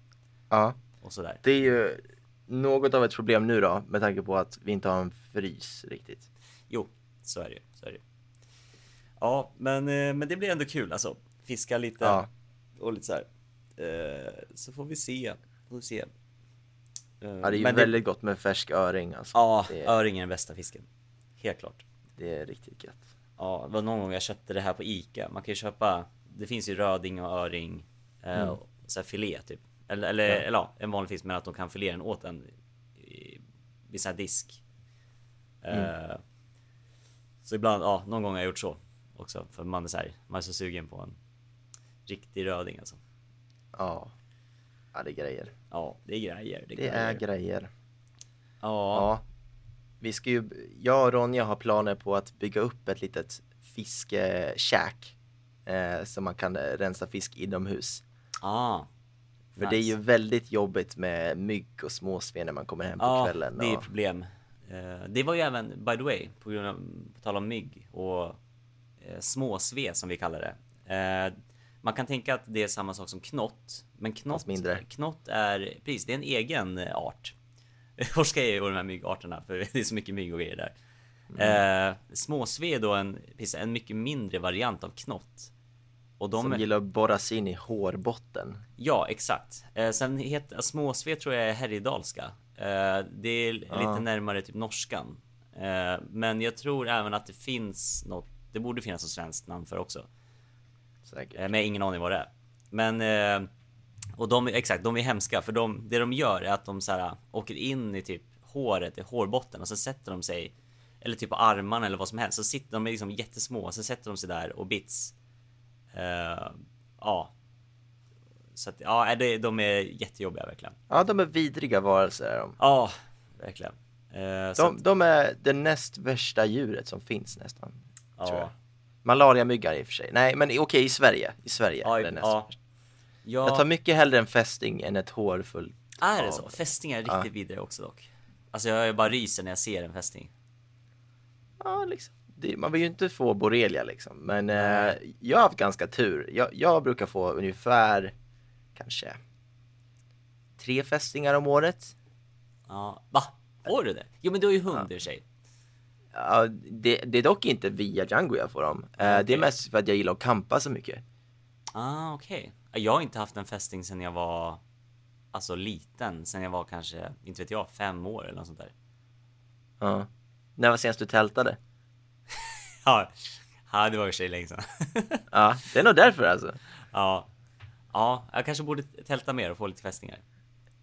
[SPEAKER 3] Ja.
[SPEAKER 2] och sådär.
[SPEAKER 3] Det är ju något av ett problem nu då med tanke på att vi inte har en frys riktigt.
[SPEAKER 2] Jo, så är det ju. Så är det ju. Ja, men, eh, men det blir ändå kul alltså. Fiska lite
[SPEAKER 3] Ja.
[SPEAKER 2] och lite så här. Eh, så får vi se. Får vi se.
[SPEAKER 3] Ja,
[SPEAKER 2] Eh,
[SPEAKER 3] det är ju
[SPEAKER 2] men
[SPEAKER 3] väldigt gott med färsk öring alltså.
[SPEAKER 2] Ja,
[SPEAKER 3] Det, är-
[SPEAKER 2] öring är den bästa fisken. Helt klart.
[SPEAKER 3] det är riktigt gött.
[SPEAKER 2] Ja, det var någon gång jag köpte det här på Ica. Man kan ju köpa, det finns ju röding och öring, eh, och så här filé typ. Eller, eller, eller ja, en vanlig fisk, men att de kan filera den åt en i- vid sån här disk. Eh, så ibland, ja, någon gång har jag gjort så också. För man är så här, man är så sugen på en riktig röding alltså.
[SPEAKER 3] Ja. Ja, det är grejer.
[SPEAKER 2] Ja, det är grejer. Det är,
[SPEAKER 3] Det är grejer.
[SPEAKER 2] Ja,
[SPEAKER 3] Ja. Vi ska ju, jag och Ronja har planer på att bygga upp ett litet fiskekäk. Eh, så man kan eh, rensa fisk inomhus.
[SPEAKER 2] ah,
[SPEAKER 3] För det är ju väldigt jobbigt med mygg och småsven när man kommer hem på
[SPEAKER 2] ja,
[SPEAKER 3] kvällen.
[SPEAKER 2] det är
[SPEAKER 3] Och,
[SPEAKER 2] problem. Eh, Det var ju även, by the way, på, grund av, på tal om mygg och eh, småsve som vi kallar det. Eh, man kan tänka att det är samma sak som knott, men knott,
[SPEAKER 3] Fast mindre.
[SPEAKER 2] knott är, precis, det är en egen eh, art. [laughs] Forskar jag ju på de här myggarterna för det är så mycket mygg och grejer där.
[SPEAKER 3] Mm.
[SPEAKER 2] Eh, småsve är då en, precis, en mycket mindre variant av knott. Och de,
[SPEAKER 3] Som gillar att borra sig in i hårbotten.
[SPEAKER 2] Ja, exakt. Eh, sen heter småsve tror jag är härjedalska. Eh, det är l- lite närmare typ norskan. Eh, men jag tror även att det finns något. Det borde finnas ett svenskt namn för också,
[SPEAKER 3] Säkert.
[SPEAKER 2] eh, men jag har ingen aning vad det är. Men eh, och de är exakt, de är hemska för de, det de gör är att de så här eh, åker in i typ håret, i hårbotten och sen sätter de sig eller typ på armarna eller vad som helst. Så sitter de är liksom jättesmå och sen sätter de sig där och bits. Eh, ja. Så att, ja, eh, det, de är jättejobbiga verkligen.
[SPEAKER 3] Ja, de är vidriga varelser är de.
[SPEAKER 2] Ja, verkligen. Eh, så
[SPEAKER 3] De,
[SPEAKER 2] att,
[SPEAKER 3] de är det näst värsta djuret som finns nästan. Tror jag.
[SPEAKER 2] ja,
[SPEAKER 3] Malariamyggan i och för sig. Nej, men i- okej, i Sverige. I Sverige
[SPEAKER 2] ja,
[SPEAKER 3] är det näst
[SPEAKER 2] ja,
[SPEAKER 3] värsta.
[SPEAKER 2] ja,
[SPEAKER 3] Jag tar mycket hellre en fästing än ett hår fullt
[SPEAKER 2] är det
[SPEAKER 3] av-
[SPEAKER 2] så? Fästingar är riktigt vidriga också dock. Alltså jag bara ryser när jag ser en fästing.
[SPEAKER 3] Ja, liksom. Det, man vill ju inte få borrelia liksom. Men eh, jag har haft ganska tur. Jag, jag brukar få ungefär kanske tre fästingar om året.
[SPEAKER 2] Ja, va? Får du det? Jo men du har ju hund i och för sig.
[SPEAKER 3] Ja, det, det är dock inte via Django jag får dem. Eh, Det
[SPEAKER 2] okej.
[SPEAKER 3] är mest för att jag gillar att kampa så mycket.
[SPEAKER 2] Ah, okej. Jag har inte haft en fästing sen jag var alltså liten, sen jag var kanske, inte vet jag, fem år eller något sånt där. [laughs]
[SPEAKER 3] Ja. När var senast du tältade?
[SPEAKER 2] Ja, ja det var i och för sig länge sedan. [laughs]
[SPEAKER 3] Ja, det är nog därför alltså.
[SPEAKER 2] ja. ja, jag kanske borde tälta mer och få lite fästingar.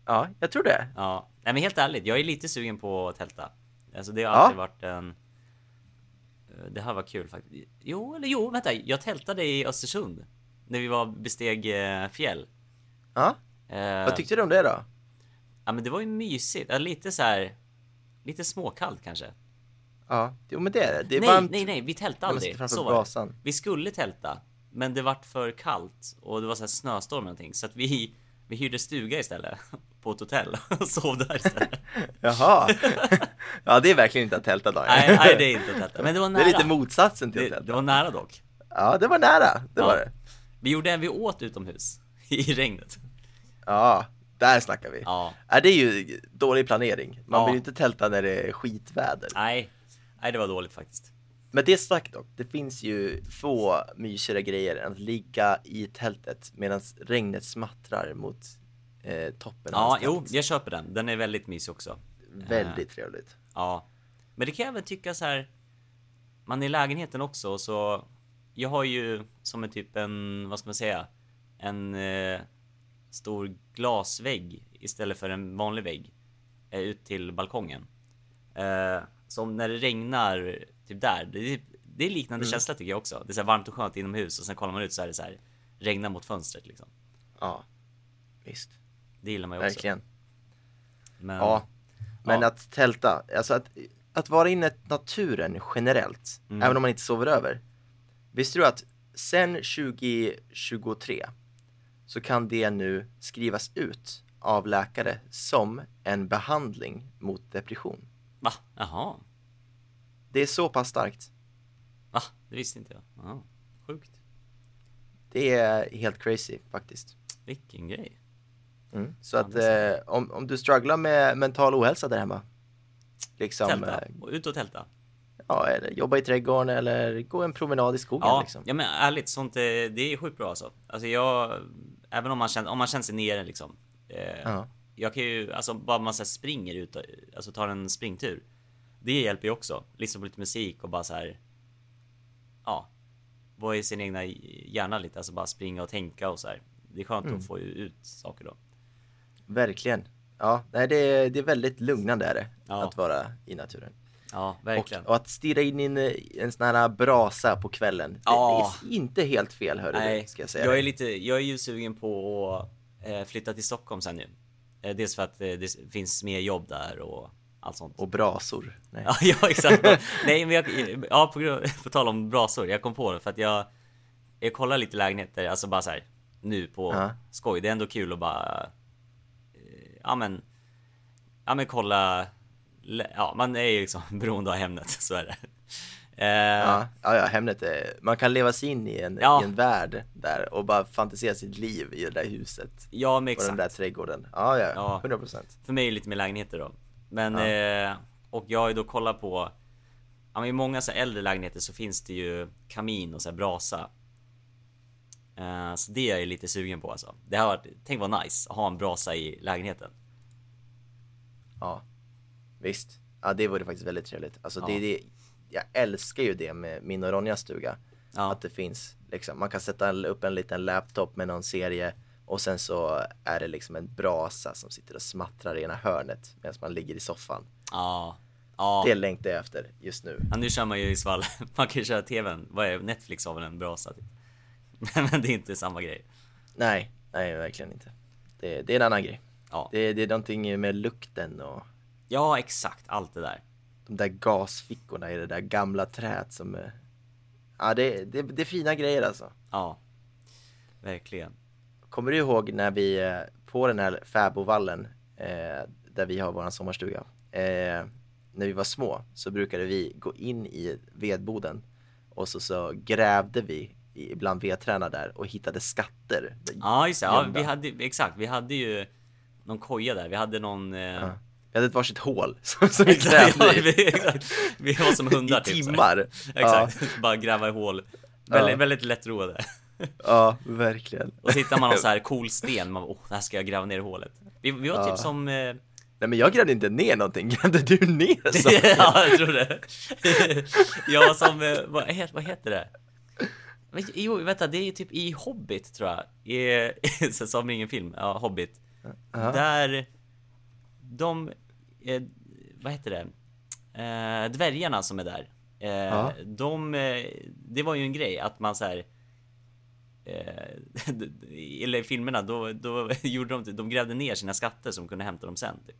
[SPEAKER 3] Ja, jag tror det.
[SPEAKER 2] Ja, nej men helt ärligt, jag är lite sugen på att tälta. Alltså det har alltid varit en... eh, Det här var kul faktiskt. Jo, eller jo, vänta. Jag tältade i Östersund. När vi var besteg eh, fjäll.
[SPEAKER 3] Ja,
[SPEAKER 2] Eh,
[SPEAKER 3] vad tyckte du om det då?
[SPEAKER 2] Ja men det var ju mysigt. Ja, lite så här. Lite småkallt kanske.
[SPEAKER 3] Ja, jo men det är det. Det är
[SPEAKER 2] nej,
[SPEAKER 3] varmt.
[SPEAKER 2] nej, nej, vi tältade
[SPEAKER 3] man
[SPEAKER 2] aldrig.
[SPEAKER 3] sitter framför
[SPEAKER 2] Så var det. [laughs]
[SPEAKER 3] brasan.
[SPEAKER 2] Vi skulle tälta, men det vart för kallt och det var så här snöstorm och någonting. Så att vi, vi hyrde stuga istället. [laughs] På ett hotell och [laughs] sov där istället.
[SPEAKER 3] Jaha. [laughs] ja, det är verkligen inte att tälta Daniel.
[SPEAKER 2] nej, nej, det är inte att tälta. Men det
[SPEAKER 3] [laughs]
[SPEAKER 2] var
[SPEAKER 3] Det
[SPEAKER 2] nära.
[SPEAKER 3] är lite motsatsen till att
[SPEAKER 2] Det,
[SPEAKER 3] tälta.
[SPEAKER 2] det var nära dock.
[SPEAKER 3] Ja, det var nära. Det
[SPEAKER 2] Ja.
[SPEAKER 3] var det.
[SPEAKER 2] Vi gjorde en, vi åt utomhus [laughs] i regnet.
[SPEAKER 3] Ja, där snackar vi.
[SPEAKER 2] Ja.
[SPEAKER 3] Ja, det är ju dålig planering. Man
[SPEAKER 2] Ja.
[SPEAKER 3] vill ju inte tälta när det är skitväder.
[SPEAKER 2] Nej, nej det var dåligt faktiskt.
[SPEAKER 3] Men det sagt dock, det finns ju få mysigare grejer än att ligga i tältet medan regnet smattrar mot eh, toppen av
[SPEAKER 2] Ja,
[SPEAKER 3] hans
[SPEAKER 2] jo,
[SPEAKER 3] tält.
[SPEAKER 2] jag köper den. Den är väldigt mysig också.
[SPEAKER 3] Väldigt trevligt.
[SPEAKER 2] Ja, men det kan jag väl tycka så här. Man är i lägenheten också och så. Jag har ju som en typ en, vad ska man säga, en eh, stor glasvägg istället för en vanlig vägg eh, ut till balkongen. Eh, som när det regnar typ där. Det är, det är
[SPEAKER 3] Mm.
[SPEAKER 2] liknande känsla tycker jag också. Det är så här varmt och skönt inomhus och sen kollar man ut så är det så här regnar mot fönstret liksom.
[SPEAKER 3] Ja, visst.
[SPEAKER 2] Det gillar man ju också.
[SPEAKER 3] Verkligen.
[SPEAKER 2] Men,
[SPEAKER 3] Ja. Men
[SPEAKER 2] Ja.
[SPEAKER 3] att tälta, alltså att, att vara inne i naturen generellt,
[SPEAKER 2] Mm.
[SPEAKER 3] även om man inte sover över. Visste du att sen 2023 så kan det nu skrivas ut av läkare som en behandling mot depression.
[SPEAKER 2] Va? Jaha.
[SPEAKER 3] Det är så pass starkt.
[SPEAKER 2] Va? Det visste inte jag. Jaha. Sjukt.
[SPEAKER 3] Det är helt crazy faktiskt.
[SPEAKER 2] Vilken grej.
[SPEAKER 3] Så att
[SPEAKER 2] Mm. det
[SPEAKER 3] eh, om, om du strugglar med mental ohälsa där hemma, liksom,
[SPEAKER 2] Tälta.
[SPEAKER 3] eh,
[SPEAKER 2] Och ut och tälta.
[SPEAKER 3] ja, eller jobba i trädgården eller gå en promenad i skogen
[SPEAKER 2] Ja,
[SPEAKER 3] liksom.
[SPEAKER 2] ja men ärligt, sånt är, det är sjukt bra alltså. Alltså jag, även om man känner, om man känner sig nere liksom. Eh,
[SPEAKER 3] Ja.
[SPEAKER 2] Jag kan ju, alltså bara man så här springer ut, och- alltså tar en springtur. Det hjälper ju också. Lyssna på lite musik och bara så här. Ja. Vara i sin egna hjärna lite, alltså bara springa och tänka och så här. Det är
[SPEAKER 3] Mm.
[SPEAKER 2] skönt att få ut saker då.
[SPEAKER 3] Verkligen. Ja, nej, det, är, det är väldigt lugnande är det,
[SPEAKER 2] Ja.
[SPEAKER 3] att vara i naturen.
[SPEAKER 2] Ja,
[SPEAKER 3] Och,
[SPEAKER 2] verkligen.
[SPEAKER 3] och att stirra in i en, en sån här brasa på kvällen, det,
[SPEAKER 2] Ja.
[SPEAKER 3] det är inte helt fel hörru
[SPEAKER 2] Nej,
[SPEAKER 3] du, ska jag säga.
[SPEAKER 2] jag
[SPEAKER 3] dig.
[SPEAKER 2] är lite, jag är ju sugen på att eh, flytta till Stockholm sen nu. Eh, dels för att eh, det s- finns mer jobb där och allt sånt.
[SPEAKER 3] Och brasor. Nej.
[SPEAKER 2] [laughs] Ja, ja exakt. Nej, men jag, ja, på, grund- [laughs] på tal om brasor, jag kom på det för att jag, jag kollar lite lägenheter, alltså bara så här nu på
[SPEAKER 3] Ja.
[SPEAKER 2] skoj. Det är ändå kul att bara, eh, ja men, ja men kolla lä- ja, man är ju liksom [laughs] beroende av Hemnet, så är det. Eh,
[SPEAKER 3] Ja, ja, ja Hemnet är, man kan leva sig in i en,
[SPEAKER 2] Ja.
[SPEAKER 3] i en värld där och bara fantisera sitt liv i det där huset
[SPEAKER 2] Ja, men
[SPEAKER 3] och den
[SPEAKER 2] exakt.
[SPEAKER 3] där trädgården. Ja,
[SPEAKER 2] Ja.
[SPEAKER 3] ja, 100 procent.
[SPEAKER 2] För mig är det lite mer lägenheter då. Men,
[SPEAKER 3] Ja.
[SPEAKER 2] eh, och jag har ju då kollat på, ja men i många så här äldre lägenheter så finns det ju kamin och så här brasa. Eh, så det är jag ju lite sugen på alltså. Det här var, tänk vad nice, att ha en brasa i lägenheten.
[SPEAKER 3] Ja, visst. Ja, det vore faktiskt väldigt trevligt. Alltså,
[SPEAKER 2] Ja.
[SPEAKER 3] det, det, jag älskar ju det med min och Ronjas stuga.
[SPEAKER 2] Ja.
[SPEAKER 3] Att det finns, liksom, man kan sätta en- upp en liten laptop med någon serie och sen så är det liksom en brasa som sitter och smattrar i ena hörnet medan man ligger i soffan.
[SPEAKER 2] Ja. Ja.
[SPEAKER 3] Det längtar jag efter just nu.
[SPEAKER 2] ja, nu kör man ju i svall. [laughs] Man kan ju köra tvn, vad är Netflix har väl en brasa typ. [laughs] Men, men det är inte samma grej.
[SPEAKER 3] Nej, nej verkligen inte. Det, det är en annan grej.
[SPEAKER 2] Ja.
[SPEAKER 3] Det, det är någonting med lukten och
[SPEAKER 2] ja, exakt allt det där.
[SPEAKER 3] de där gasfickorna i det där gamla träet som... eh, Ja, det, det, det är fina grejer alltså.
[SPEAKER 2] Ja. Verkligen.
[SPEAKER 3] Kommer du ihåg när vi eh, på den här fäbodvallen eh, där vi har våran sommarstuga. Eh, när vi var små så brukade vi gå in i vedboden och så, så grävde vi i- bland vedträna där och hittade skatter.
[SPEAKER 2] Ja just det, ja,
[SPEAKER 3] gömda.
[SPEAKER 2] vi hade, exakt, vi hade ju någon koja där, vi hade någon... Eh,
[SPEAKER 3] Ja. Vi hade ett varsitt hål [laughs] som, som vi
[SPEAKER 2] exakt, [laughs] ja,
[SPEAKER 3] grävde i.
[SPEAKER 2] vi, [laughs] exakt, vi var som hundar
[SPEAKER 3] I
[SPEAKER 2] typ, så här.
[SPEAKER 3] timmar.
[SPEAKER 2] [laughs] Exakt, bara gräva i hål. Väldigt,
[SPEAKER 3] Ja.
[SPEAKER 2] väldigt lättroade.
[SPEAKER 3] Ja, ja, verkligen.
[SPEAKER 2] Och så hittar man
[SPEAKER 3] [laughs]
[SPEAKER 2] någon så här cool sten, man bara, oh, här ska jag gräva ner i hålet. Vi, vi var
[SPEAKER 3] Ja.
[SPEAKER 2] typ som...
[SPEAKER 3] [laughs]
[SPEAKER 2] Eh,
[SPEAKER 3] Nej men jag grävde inte ner någonting, [laughs] grävde du ner
[SPEAKER 2] [laughs]
[SPEAKER 3] saker?
[SPEAKER 2] ja, jag tror det. [laughs] jag var som, eh, vad, he- vad heter det? Men, Jo, vänta, det är typ i Hobbit tror jag. I, [laughs] så som ingen film, ja, Hobbit.
[SPEAKER 3] Ja.
[SPEAKER 2] Där de, eh, vad heter det, eh, dvärgarna som är där. Eh,
[SPEAKER 3] Ja.
[SPEAKER 2] De, eh, det var ju en grej att man så här. Eh, [laughs] eller i filmerna, då, då [laughs] gjorde de, de grävde ner sina skatter som kunde hämta dem sen. Typ.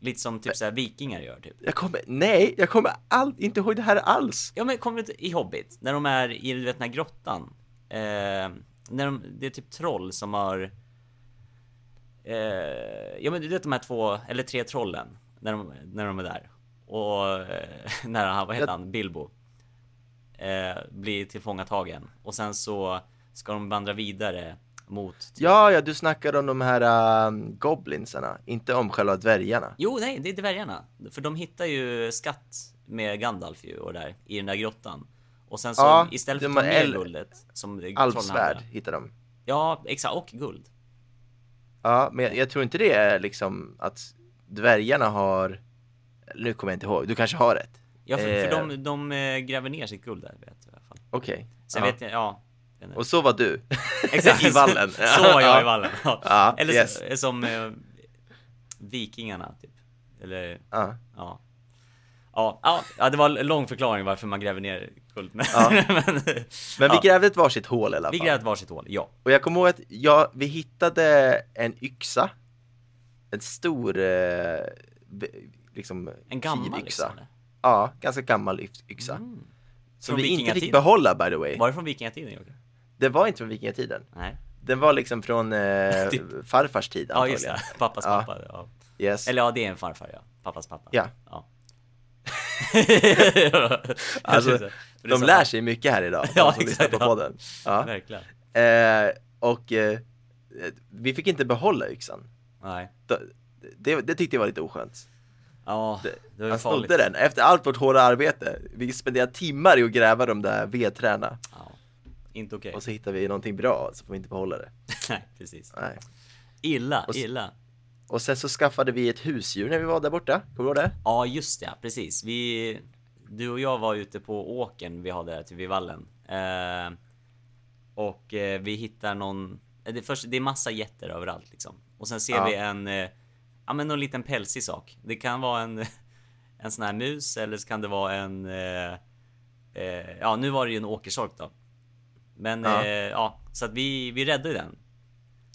[SPEAKER 2] Lite som typ så här vikingar gör typ.
[SPEAKER 3] Jag kommer, nej, jag kommer all, inte ihåg det här alls.
[SPEAKER 2] Ja men kommer du inte- i Hobbit? När de är i du vet, den här grottan. Eh, när de, det är typ troll som har... Eh, ja men du vet de här två, eller tre trollen. När de, när de är där. Och eh, [laughs] när han, vad heter
[SPEAKER 3] Jag-
[SPEAKER 2] han, Bilbo? Eh, blir tillfångatagen. Och sen så ska de vandra vidare mot... Typ...
[SPEAKER 3] Ja, ja, du snackar om de här um, goblinsarna, inte om själva dvärgarna.
[SPEAKER 2] Jo nej, det är dvärgarna. För de hittar ju skatt med Gandalf ju och där, i den där grottan. Och sen så
[SPEAKER 3] Ja,
[SPEAKER 2] istället för att
[SPEAKER 3] de
[SPEAKER 2] ta
[SPEAKER 3] har
[SPEAKER 2] med
[SPEAKER 3] el-
[SPEAKER 2] guldet som trollen
[SPEAKER 3] Alvsvärd
[SPEAKER 2] hade-
[SPEAKER 3] hittar de.
[SPEAKER 2] Ja, exakt. Och guld.
[SPEAKER 3] Ja, men jag, jag tror inte det är liksom att dvärgarna har, nu kommer jag inte ihåg, du kanske har rätt?
[SPEAKER 2] Ja, för,
[SPEAKER 3] Eh.
[SPEAKER 2] för de, de eh, gräver ner sitt guld där, vet jag i alla fall.
[SPEAKER 3] Okej.
[SPEAKER 2] Sen
[SPEAKER 3] Ja.
[SPEAKER 2] vet jag, ja. jag vet inte.
[SPEAKER 3] Och så var du. [laughs] I vallen.
[SPEAKER 2] [laughs] så var jag i vallen. Ja.
[SPEAKER 3] Ja,
[SPEAKER 2] [laughs] Eller
[SPEAKER 3] yes.
[SPEAKER 2] som, som eh, vikingarna, typ. Eller,
[SPEAKER 3] Ja.
[SPEAKER 2] ja. Ja, ja, ja, det var en lång förklaring varför man gräver ner guld. [laughs] Men,
[SPEAKER 3] Ja.
[SPEAKER 2] men,
[SPEAKER 3] Men vi
[SPEAKER 2] ja,
[SPEAKER 3] grävde ett varsitt hål i alla
[SPEAKER 2] vi
[SPEAKER 3] fall.
[SPEAKER 2] grävde ett varsitt hål, ja.
[SPEAKER 3] Och jag kommer ihåg att jag, vi hittade en yxa. En stor, eh, b- liksom,
[SPEAKER 2] En gammal
[SPEAKER 3] kivyxa.
[SPEAKER 2] liksom. eller?
[SPEAKER 3] Ja, ganska gammal yx- yxa. Som
[SPEAKER 2] Från
[SPEAKER 3] vi inte fick
[SPEAKER 2] vikingatiden.
[SPEAKER 3] behålla by the way.
[SPEAKER 2] Var det från vikingatiden, Jocke?
[SPEAKER 3] Det var inte från vikingatiden.
[SPEAKER 2] Nej.
[SPEAKER 3] Den var liksom från eh,
[SPEAKER 2] [laughs] Typ.
[SPEAKER 3] farfars tid
[SPEAKER 2] Ja, just
[SPEAKER 3] antagligen.
[SPEAKER 2] det. Pappas
[SPEAKER 3] Ja.
[SPEAKER 2] pappa. Ja.
[SPEAKER 3] Yes.
[SPEAKER 2] Eller ja, det är en farfar ja. Pappas pappa.
[SPEAKER 3] Ja.
[SPEAKER 2] ja. [laughs]
[SPEAKER 3] Alltså,
[SPEAKER 2] Precis. Det är
[SPEAKER 3] De
[SPEAKER 2] så-
[SPEAKER 3] lär sig mycket här
[SPEAKER 2] [laughs]
[SPEAKER 3] idag,
[SPEAKER 2] Ja,
[SPEAKER 3] de som lyssnar
[SPEAKER 2] exakt,
[SPEAKER 3] på
[SPEAKER 2] ja.
[SPEAKER 3] podden. Ja.
[SPEAKER 2] Verkligen.
[SPEAKER 3] Eh, och eh, vi fick inte behålla yxan.
[SPEAKER 2] Nej.
[SPEAKER 3] De- Det, det tyckte jag var lite oskönt.
[SPEAKER 2] Ja, det var ju
[SPEAKER 3] Han
[SPEAKER 2] farligt.
[SPEAKER 3] snodde den efter allt vårt hårda arbete. Vi spenderade timmar i att gräva de där vedträna
[SPEAKER 2] Ja. Inte okej.
[SPEAKER 3] och så hittar vi någonting bra så får vi inte behålla det.
[SPEAKER 2] [laughs] Nej, precis.
[SPEAKER 3] Nej.
[SPEAKER 2] Illa,
[SPEAKER 3] Och s-
[SPEAKER 2] illa.
[SPEAKER 3] Och sen så skaffade vi ett husdjur när vi var där borta. Kommer du ihåg det?
[SPEAKER 2] Ja, just det. ja, Precis. Vi, du och jag var ute på åken vi hade där typ vid vallen. Eh, och eh, vi hittar någon... eh, Det, först, det är massa jätter överallt liksom. Och sen ser
[SPEAKER 3] Ja.
[SPEAKER 2] vi en... Eh, ja, men någon liten pälsig sak. Det kan vara en, [laughs] en sån här mus eller så kan det vara en... Eh, eh, ja, nu var det ju en åkersork då. Men
[SPEAKER 3] Ja.
[SPEAKER 2] ja, eh, ja så att vi, vi räddade ju den.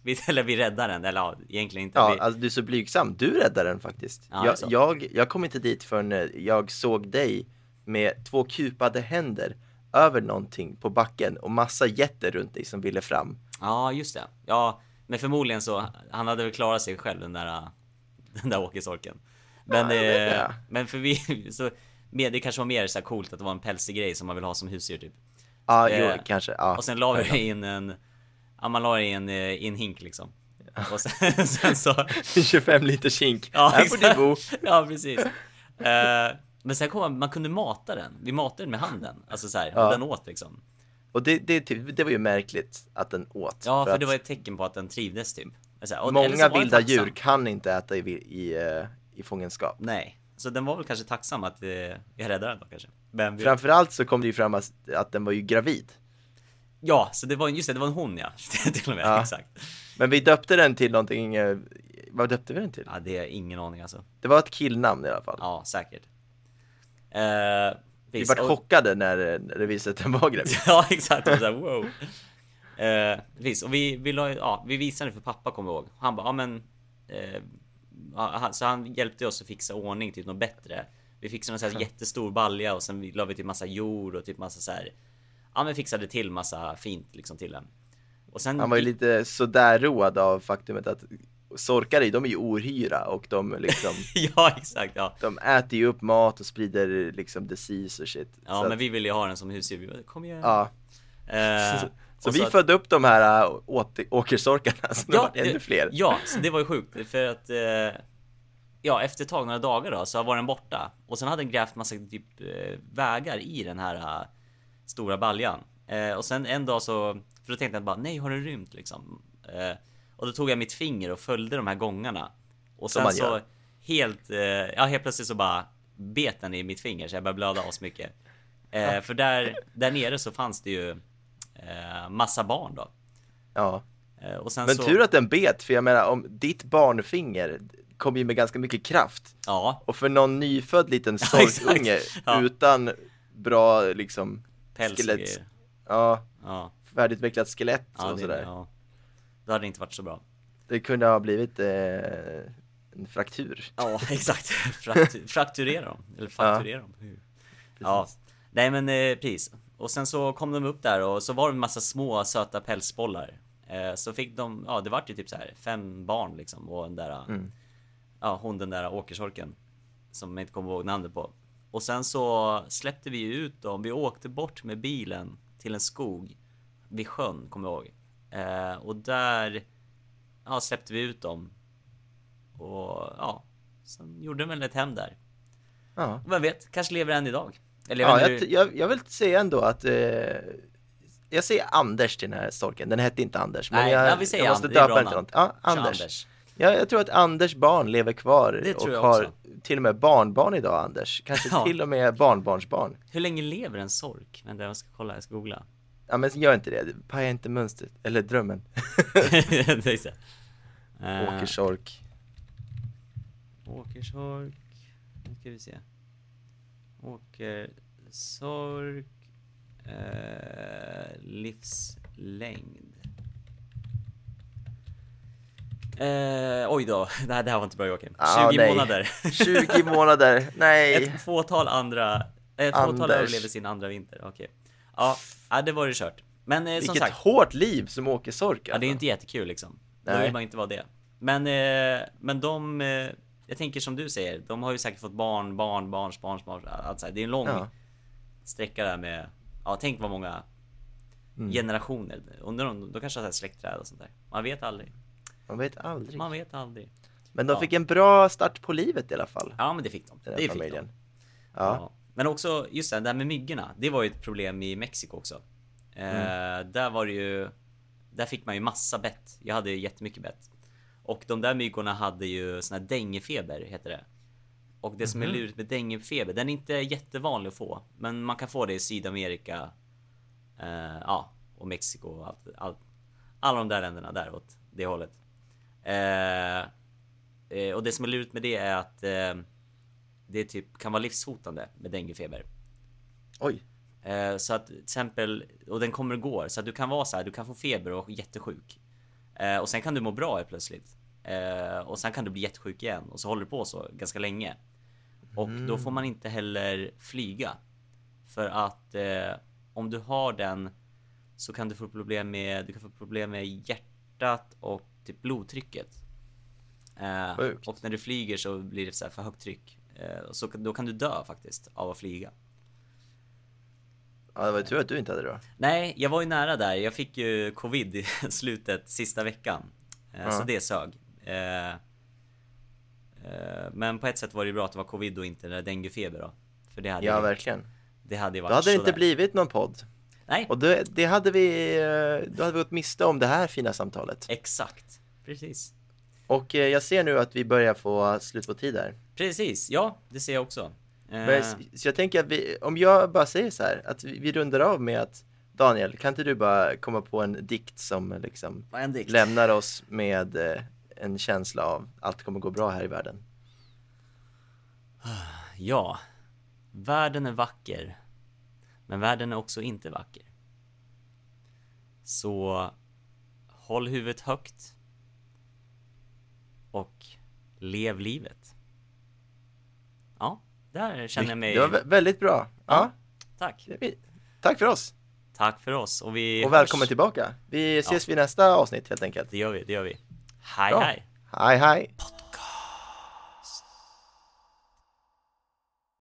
[SPEAKER 2] Vi, [laughs] eller vi räddade den, eller ja, egentligen inte.
[SPEAKER 3] Ja,
[SPEAKER 2] vi,
[SPEAKER 3] alltså du är så blygsam. Du räddade den faktiskt.
[SPEAKER 2] Ja, det är
[SPEAKER 3] jag,
[SPEAKER 2] så.
[SPEAKER 3] jag, jag kom inte dit förrän eh, jag såg dig med två kupade händer över någonting på backen och massa jätter runt dig som ville fram.
[SPEAKER 2] Ja, just det. [laughs] Ja, men förmodligen så. Han hade väl klarat sig själv den där, den där åkersorken. Men,
[SPEAKER 3] det-
[SPEAKER 2] eh,
[SPEAKER 3] ja.
[SPEAKER 2] men för vi, [laughs] så, med, det kanske var mer så här coolt att det var en pälsig grej som man vill ha som husdjur typ.
[SPEAKER 3] Ja,
[SPEAKER 2] Eh,
[SPEAKER 3] Ah, jo, kanske. Ja. [laughs]
[SPEAKER 2] Och sen la vi in en, ja man la det i en, eh, i en hink liksom. Och sen, [laughs]
[SPEAKER 3] [laughs]
[SPEAKER 2] sen så,
[SPEAKER 3] 25 liter kink.
[SPEAKER 2] ja,
[SPEAKER 3] Här får du
[SPEAKER 2] exakt.
[SPEAKER 3] bo.
[SPEAKER 2] [laughs] ja precis. Eh, men sen kom man, man kunde mata den. Vi matade den med handen. Alltså så här, och
[SPEAKER 3] Ja.
[SPEAKER 2] den åt liksom.
[SPEAKER 3] Och det, det, är typ, det var ju märkligt att den åt.
[SPEAKER 2] Ja, för,
[SPEAKER 3] att
[SPEAKER 2] det var ett tecken på att den trivdes typ. Alltså, och- eller så
[SPEAKER 3] många
[SPEAKER 2] var den
[SPEAKER 3] vilda
[SPEAKER 2] tacksam.
[SPEAKER 3] djur kan inte äta i, vi- i, eh, i fångenskap.
[SPEAKER 2] Nej, så den var väl kanske tacksam att eh, jag räddade den då kanske. Men vi...
[SPEAKER 3] Framförallt så kom det ju fram att, att den var ju gravid.
[SPEAKER 2] Ja, så det var just det, det var en hon ja. [laughs] till och med,
[SPEAKER 3] Ja.
[SPEAKER 2] exakt.
[SPEAKER 3] Men vi döpte den till någonting, eh, vad döpte vi den till?
[SPEAKER 2] Ja, det är ingen aning alltså.
[SPEAKER 3] Det var ett killnamn i alla fall.
[SPEAKER 2] Ja, säkert. Eh,
[SPEAKER 3] Vi
[SPEAKER 2] visst,
[SPEAKER 3] var
[SPEAKER 2] och-
[SPEAKER 3] chockade när, eh, när det visade att den var gravid.
[SPEAKER 2] [laughs] Ja, exakt. Det var så här, wow. Eh, visst, och vi, vi, la, ja, vi visade det för pappa, kommer jag ihåg. Han bara, ja men... Eh, ja, han, så han hjälpte oss att fixa ordning, typ något bättre. Vi fixade någon så här jättestor balja och sen vi- la vi typ massa jord och typ massa så här... Ja men fixade till massa fint liksom till den. Och sen...
[SPEAKER 3] Han var ju lite sådär road av faktumet att sorkare, de är ju ohyra och de liksom [laughs]
[SPEAKER 2] [laughs] ja, exakt. Ja.
[SPEAKER 3] De äter ju upp mat och sprider liksom disease och shit.
[SPEAKER 2] Ja,
[SPEAKER 3] så
[SPEAKER 2] men
[SPEAKER 3] att,
[SPEAKER 2] vi ville ju ha den som husdjur. Vi bara, Kom igen.
[SPEAKER 3] ja.
[SPEAKER 2] Eh,
[SPEAKER 3] [laughs] så
[SPEAKER 2] och
[SPEAKER 3] vi
[SPEAKER 2] att-
[SPEAKER 3] födde upp de här äh, åter, åkersorkarna, så det var
[SPEAKER 2] det-
[SPEAKER 3] ännu fler.
[SPEAKER 2] Ja, så det var ju sjukt för att eh, Ja, efter ett tag, några dagar då, så var den borta. Och sen hade den grävt massa typ eh, vägar i den här eh, stora baljan. Eh, och sen en dag så, för då tänkte jag bara, nej har den rymt liksom? Eh, och då tog jag mitt finger och följde de här gångarna. Och
[SPEAKER 3] Som
[SPEAKER 2] sen
[SPEAKER 3] man
[SPEAKER 2] så
[SPEAKER 3] gör.
[SPEAKER 2] helt, eh, ja helt plötsligt så bara bet den i mitt finger så jag började blöda asmycket. Eh, för där, där nere så fanns det ju eh, massa barn då.
[SPEAKER 3] Ja.
[SPEAKER 2] Eh, och sen
[SPEAKER 3] Men
[SPEAKER 2] så,
[SPEAKER 3] tur att den bet, för jag menar om ditt barnfinger kom ju med ganska mycket kraft.
[SPEAKER 2] Ja,
[SPEAKER 3] Och för någon nyfödd [laughs] liten
[SPEAKER 2] exakt.
[SPEAKER 3] sorkunge
[SPEAKER 2] Ja.
[SPEAKER 3] utan bra liksom
[SPEAKER 2] päls och
[SPEAKER 3] skelett,
[SPEAKER 2] grejer.
[SPEAKER 3] ja,
[SPEAKER 2] Ja,
[SPEAKER 3] färdigutvecklat skelett
[SPEAKER 2] ja,
[SPEAKER 3] och
[SPEAKER 2] det,
[SPEAKER 3] sådär.
[SPEAKER 2] ja. Det hade inte varit så bra.
[SPEAKER 3] Det kunde ha blivit eh, en fraktur.
[SPEAKER 2] Ja, exakt. Fraktu- frakturera dem. Eller fakturera dem. Ja. Nej men eh, precis. Och sen så kom de upp där och så var det en massa små söta pälsbollar. Eh, så fick de, ja det vart ju typ så här fem barn liksom och den där, ja hon den där åkersorken. Som jag inte kommer ihåg namnet på. Och sen så släppte vi ut dem, vi åkte bort med bilen till en skog vid sjön, kommer jag ihåg. Eh, och där, ja släppte vi ut dem. Och ja, sen gjorde de väl ett hem där.
[SPEAKER 3] Ja.
[SPEAKER 2] Vem vet, kanske lever än idag. Eller jag
[SPEAKER 3] Ja,
[SPEAKER 2] vet
[SPEAKER 3] jag,
[SPEAKER 2] inte
[SPEAKER 3] t-
[SPEAKER 2] hur...
[SPEAKER 3] jag, jag vill säga ändå att eh, jag säger Anders till den här storken. Den hette inte Anders, men
[SPEAKER 2] Nej,
[SPEAKER 3] jag,
[SPEAKER 2] ja, vi säger
[SPEAKER 3] jag måste
[SPEAKER 2] Anders. Det är bra
[SPEAKER 3] döpa den till
[SPEAKER 2] namn.
[SPEAKER 3] något. Ja,
[SPEAKER 2] Kör
[SPEAKER 3] Anders.
[SPEAKER 2] Anders.
[SPEAKER 3] Ja, jag tror att Anders barn lever kvar
[SPEAKER 2] Det
[SPEAKER 3] och
[SPEAKER 2] tror jag
[SPEAKER 3] har
[SPEAKER 2] också.
[SPEAKER 3] till och med barnbarn idag, Anders. Kanske
[SPEAKER 2] [laughs] Ja.
[SPEAKER 3] till och med barnbarnsbarn.
[SPEAKER 2] Hur länge lever en sork? Vänta, jag ska kolla, jag
[SPEAKER 3] [laughs]
[SPEAKER 2] ska googla.
[SPEAKER 3] Ja, men gör inte det. Paja inte mönstret, eller drömmen.
[SPEAKER 2] Det är så. Eh,
[SPEAKER 3] Åkersork.
[SPEAKER 2] Åkersork. Nu ska vi se. Åkersork. Eh, livslängd. Eh, oj då, [laughs] nej det här var inte bra Joakim. 20
[SPEAKER 3] Ah, nej.
[SPEAKER 2] månader.
[SPEAKER 3] 20 månader. Nej.
[SPEAKER 2] Ett fåtal andra... Ett fåtal
[SPEAKER 3] Anders.
[SPEAKER 2] överlever sin andra vinter, okej. Ja, ja, det var det kört. Men eh, som
[SPEAKER 3] Vilket
[SPEAKER 2] sagt,
[SPEAKER 3] hårt liv som åkersork.
[SPEAKER 2] ja, det är ju
[SPEAKER 3] alltså.
[SPEAKER 2] inte jättekul liksom. Då
[SPEAKER 3] Nej.
[SPEAKER 2] vill man inte vara det. Men, eh, men de... Eh, jag tänker som du säger, de har ju säkert fått barn, barn, barns, barns, barns. Alltså, det är en lång
[SPEAKER 3] Ja.
[SPEAKER 2] sträcka där med... Ja, tänk vad många
[SPEAKER 3] Mm.
[SPEAKER 2] generationer. Undrar om de kanske har så här släktträd och sånt där. Man vet aldrig.
[SPEAKER 3] Man vet aldrig.
[SPEAKER 2] Man vet aldrig.
[SPEAKER 3] Men de
[SPEAKER 2] Ja.
[SPEAKER 3] fick en bra start på livet i alla fall.
[SPEAKER 2] Ja, men det fick de.
[SPEAKER 3] Den
[SPEAKER 2] Det
[SPEAKER 3] här
[SPEAKER 2] fick de.
[SPEAKER 3] familjen. Ja.
[SPEAKER 2] Ja. Men också just det här, det här med myggorna. Det var ju ett problem i Mexiko också. Eh, där var det ju... Där fick man ju massa bett. Jag hade ju jättemycket bett. Och de där myggorna hade ju sån här dängefeber, heter det. Och det som är lurigt med dängefeber, den är inte jättevanlig att få. Men man kan få det i Sydamerika. Eh, ja, och Mexiko och allt, allt. Alla de där länderna där åt det hållet. Eh, Eh, och det som är lurigt med det är att eh, det typ kan vara livshotande med denguefeber.
[SPEAKER 3] Oj.
[SPEAKER 2] Eh, så att till exempel, och den kommer och går, så att du kan vara så här, du kan få feber och jättesjuk. Eh, och sen kan du må bra helt plötsligt. Eh, och sen kan du bli jättesjuk igen och så håller det på så ganska länge. Och då får man inte heller flyga. För att eh, om du har den så kan du få problem med, du kan få problem med hjärtat och typ blodtrycket. Eh,
[SPEAKER 3] Sjukt.
[SPEAKER 2] och när du flyger så blir det så här för högt tryck. Eh, och så, kan- då kan du dö faktiskt av att flyga.
[SPEAKER 3] Ja, det var ju tur att du inte hade det då.
[SPEAKER 2] Nej, jag var ju nära där. Jag fick ju covid i [laughs] slutet, sista veckan. Eh,
[SPEAKER 3] Ja.
[SPEAKER 2] Så det sög. Eh, eh, Men på ett sätt var det ju bra att det var covid och inte denguefeber då. För det hade
[SPEAKER 3] Ja,
[SPEAKER 2] ju,
[SPEAKER 3] verkligen.
[SPEAKER 2] Det hade ju varit
[SPEAKER 3] Då hade det inte
[SPEAKER 2] sådär.
[SPEAKER 3] blivit någon podd.
[SPEAKER 2] Nej,
[SPEAKER 3] Och det, det hade vi, eh, då hade vi gått miste om det här fina samtalet.
[SPEAKER 2] exakt. Precis.
[SPEAKER 3] Och eh, jag ser nu att vi börjar få slut på tid här.
[SPEAKER 2] Precis, ja, det ser jag också. Eh,
[SPEAKER 3] Men, s- Så jag tänker att vi, om jag bara säger så här, att vi, vi rundar av med att Daniel, kan inte du bara komma på en dikt som liksom
[SPEAKER 2] vad en dikt.
[SPEAKER 3] lämnar oss med eh, en känsla av allt kommer gå bra här i världen?
[SPEAKER 2] Ja. Världen är vacker. Men världen är också inte vacker. Så håll huvudet högt. Och lev livet. Ja, där känner jag mig.
[SPEAKER 3] Det var vä- väldigt bra. Ja,
[SPEAKER 2] Tack.
[SPEAKER 3] det är vi. Tack för oss
[SPEAKER 2] Tack för oss och vi
[SPEAKER 3] och
[SPEAKER 2] hörs.
[SPEAKER 3] välkommen tillbaka. Vi ses vid nästa avsnitt helt enkelt.
[SPEAKER 2] Det gör vi, det gör vi. Hej
[SPEAKER 3] Bra.
[SPEAKER 2] hej.
[SPEAKER 3] Hej hej!
[SPEAKER 2] Podcast.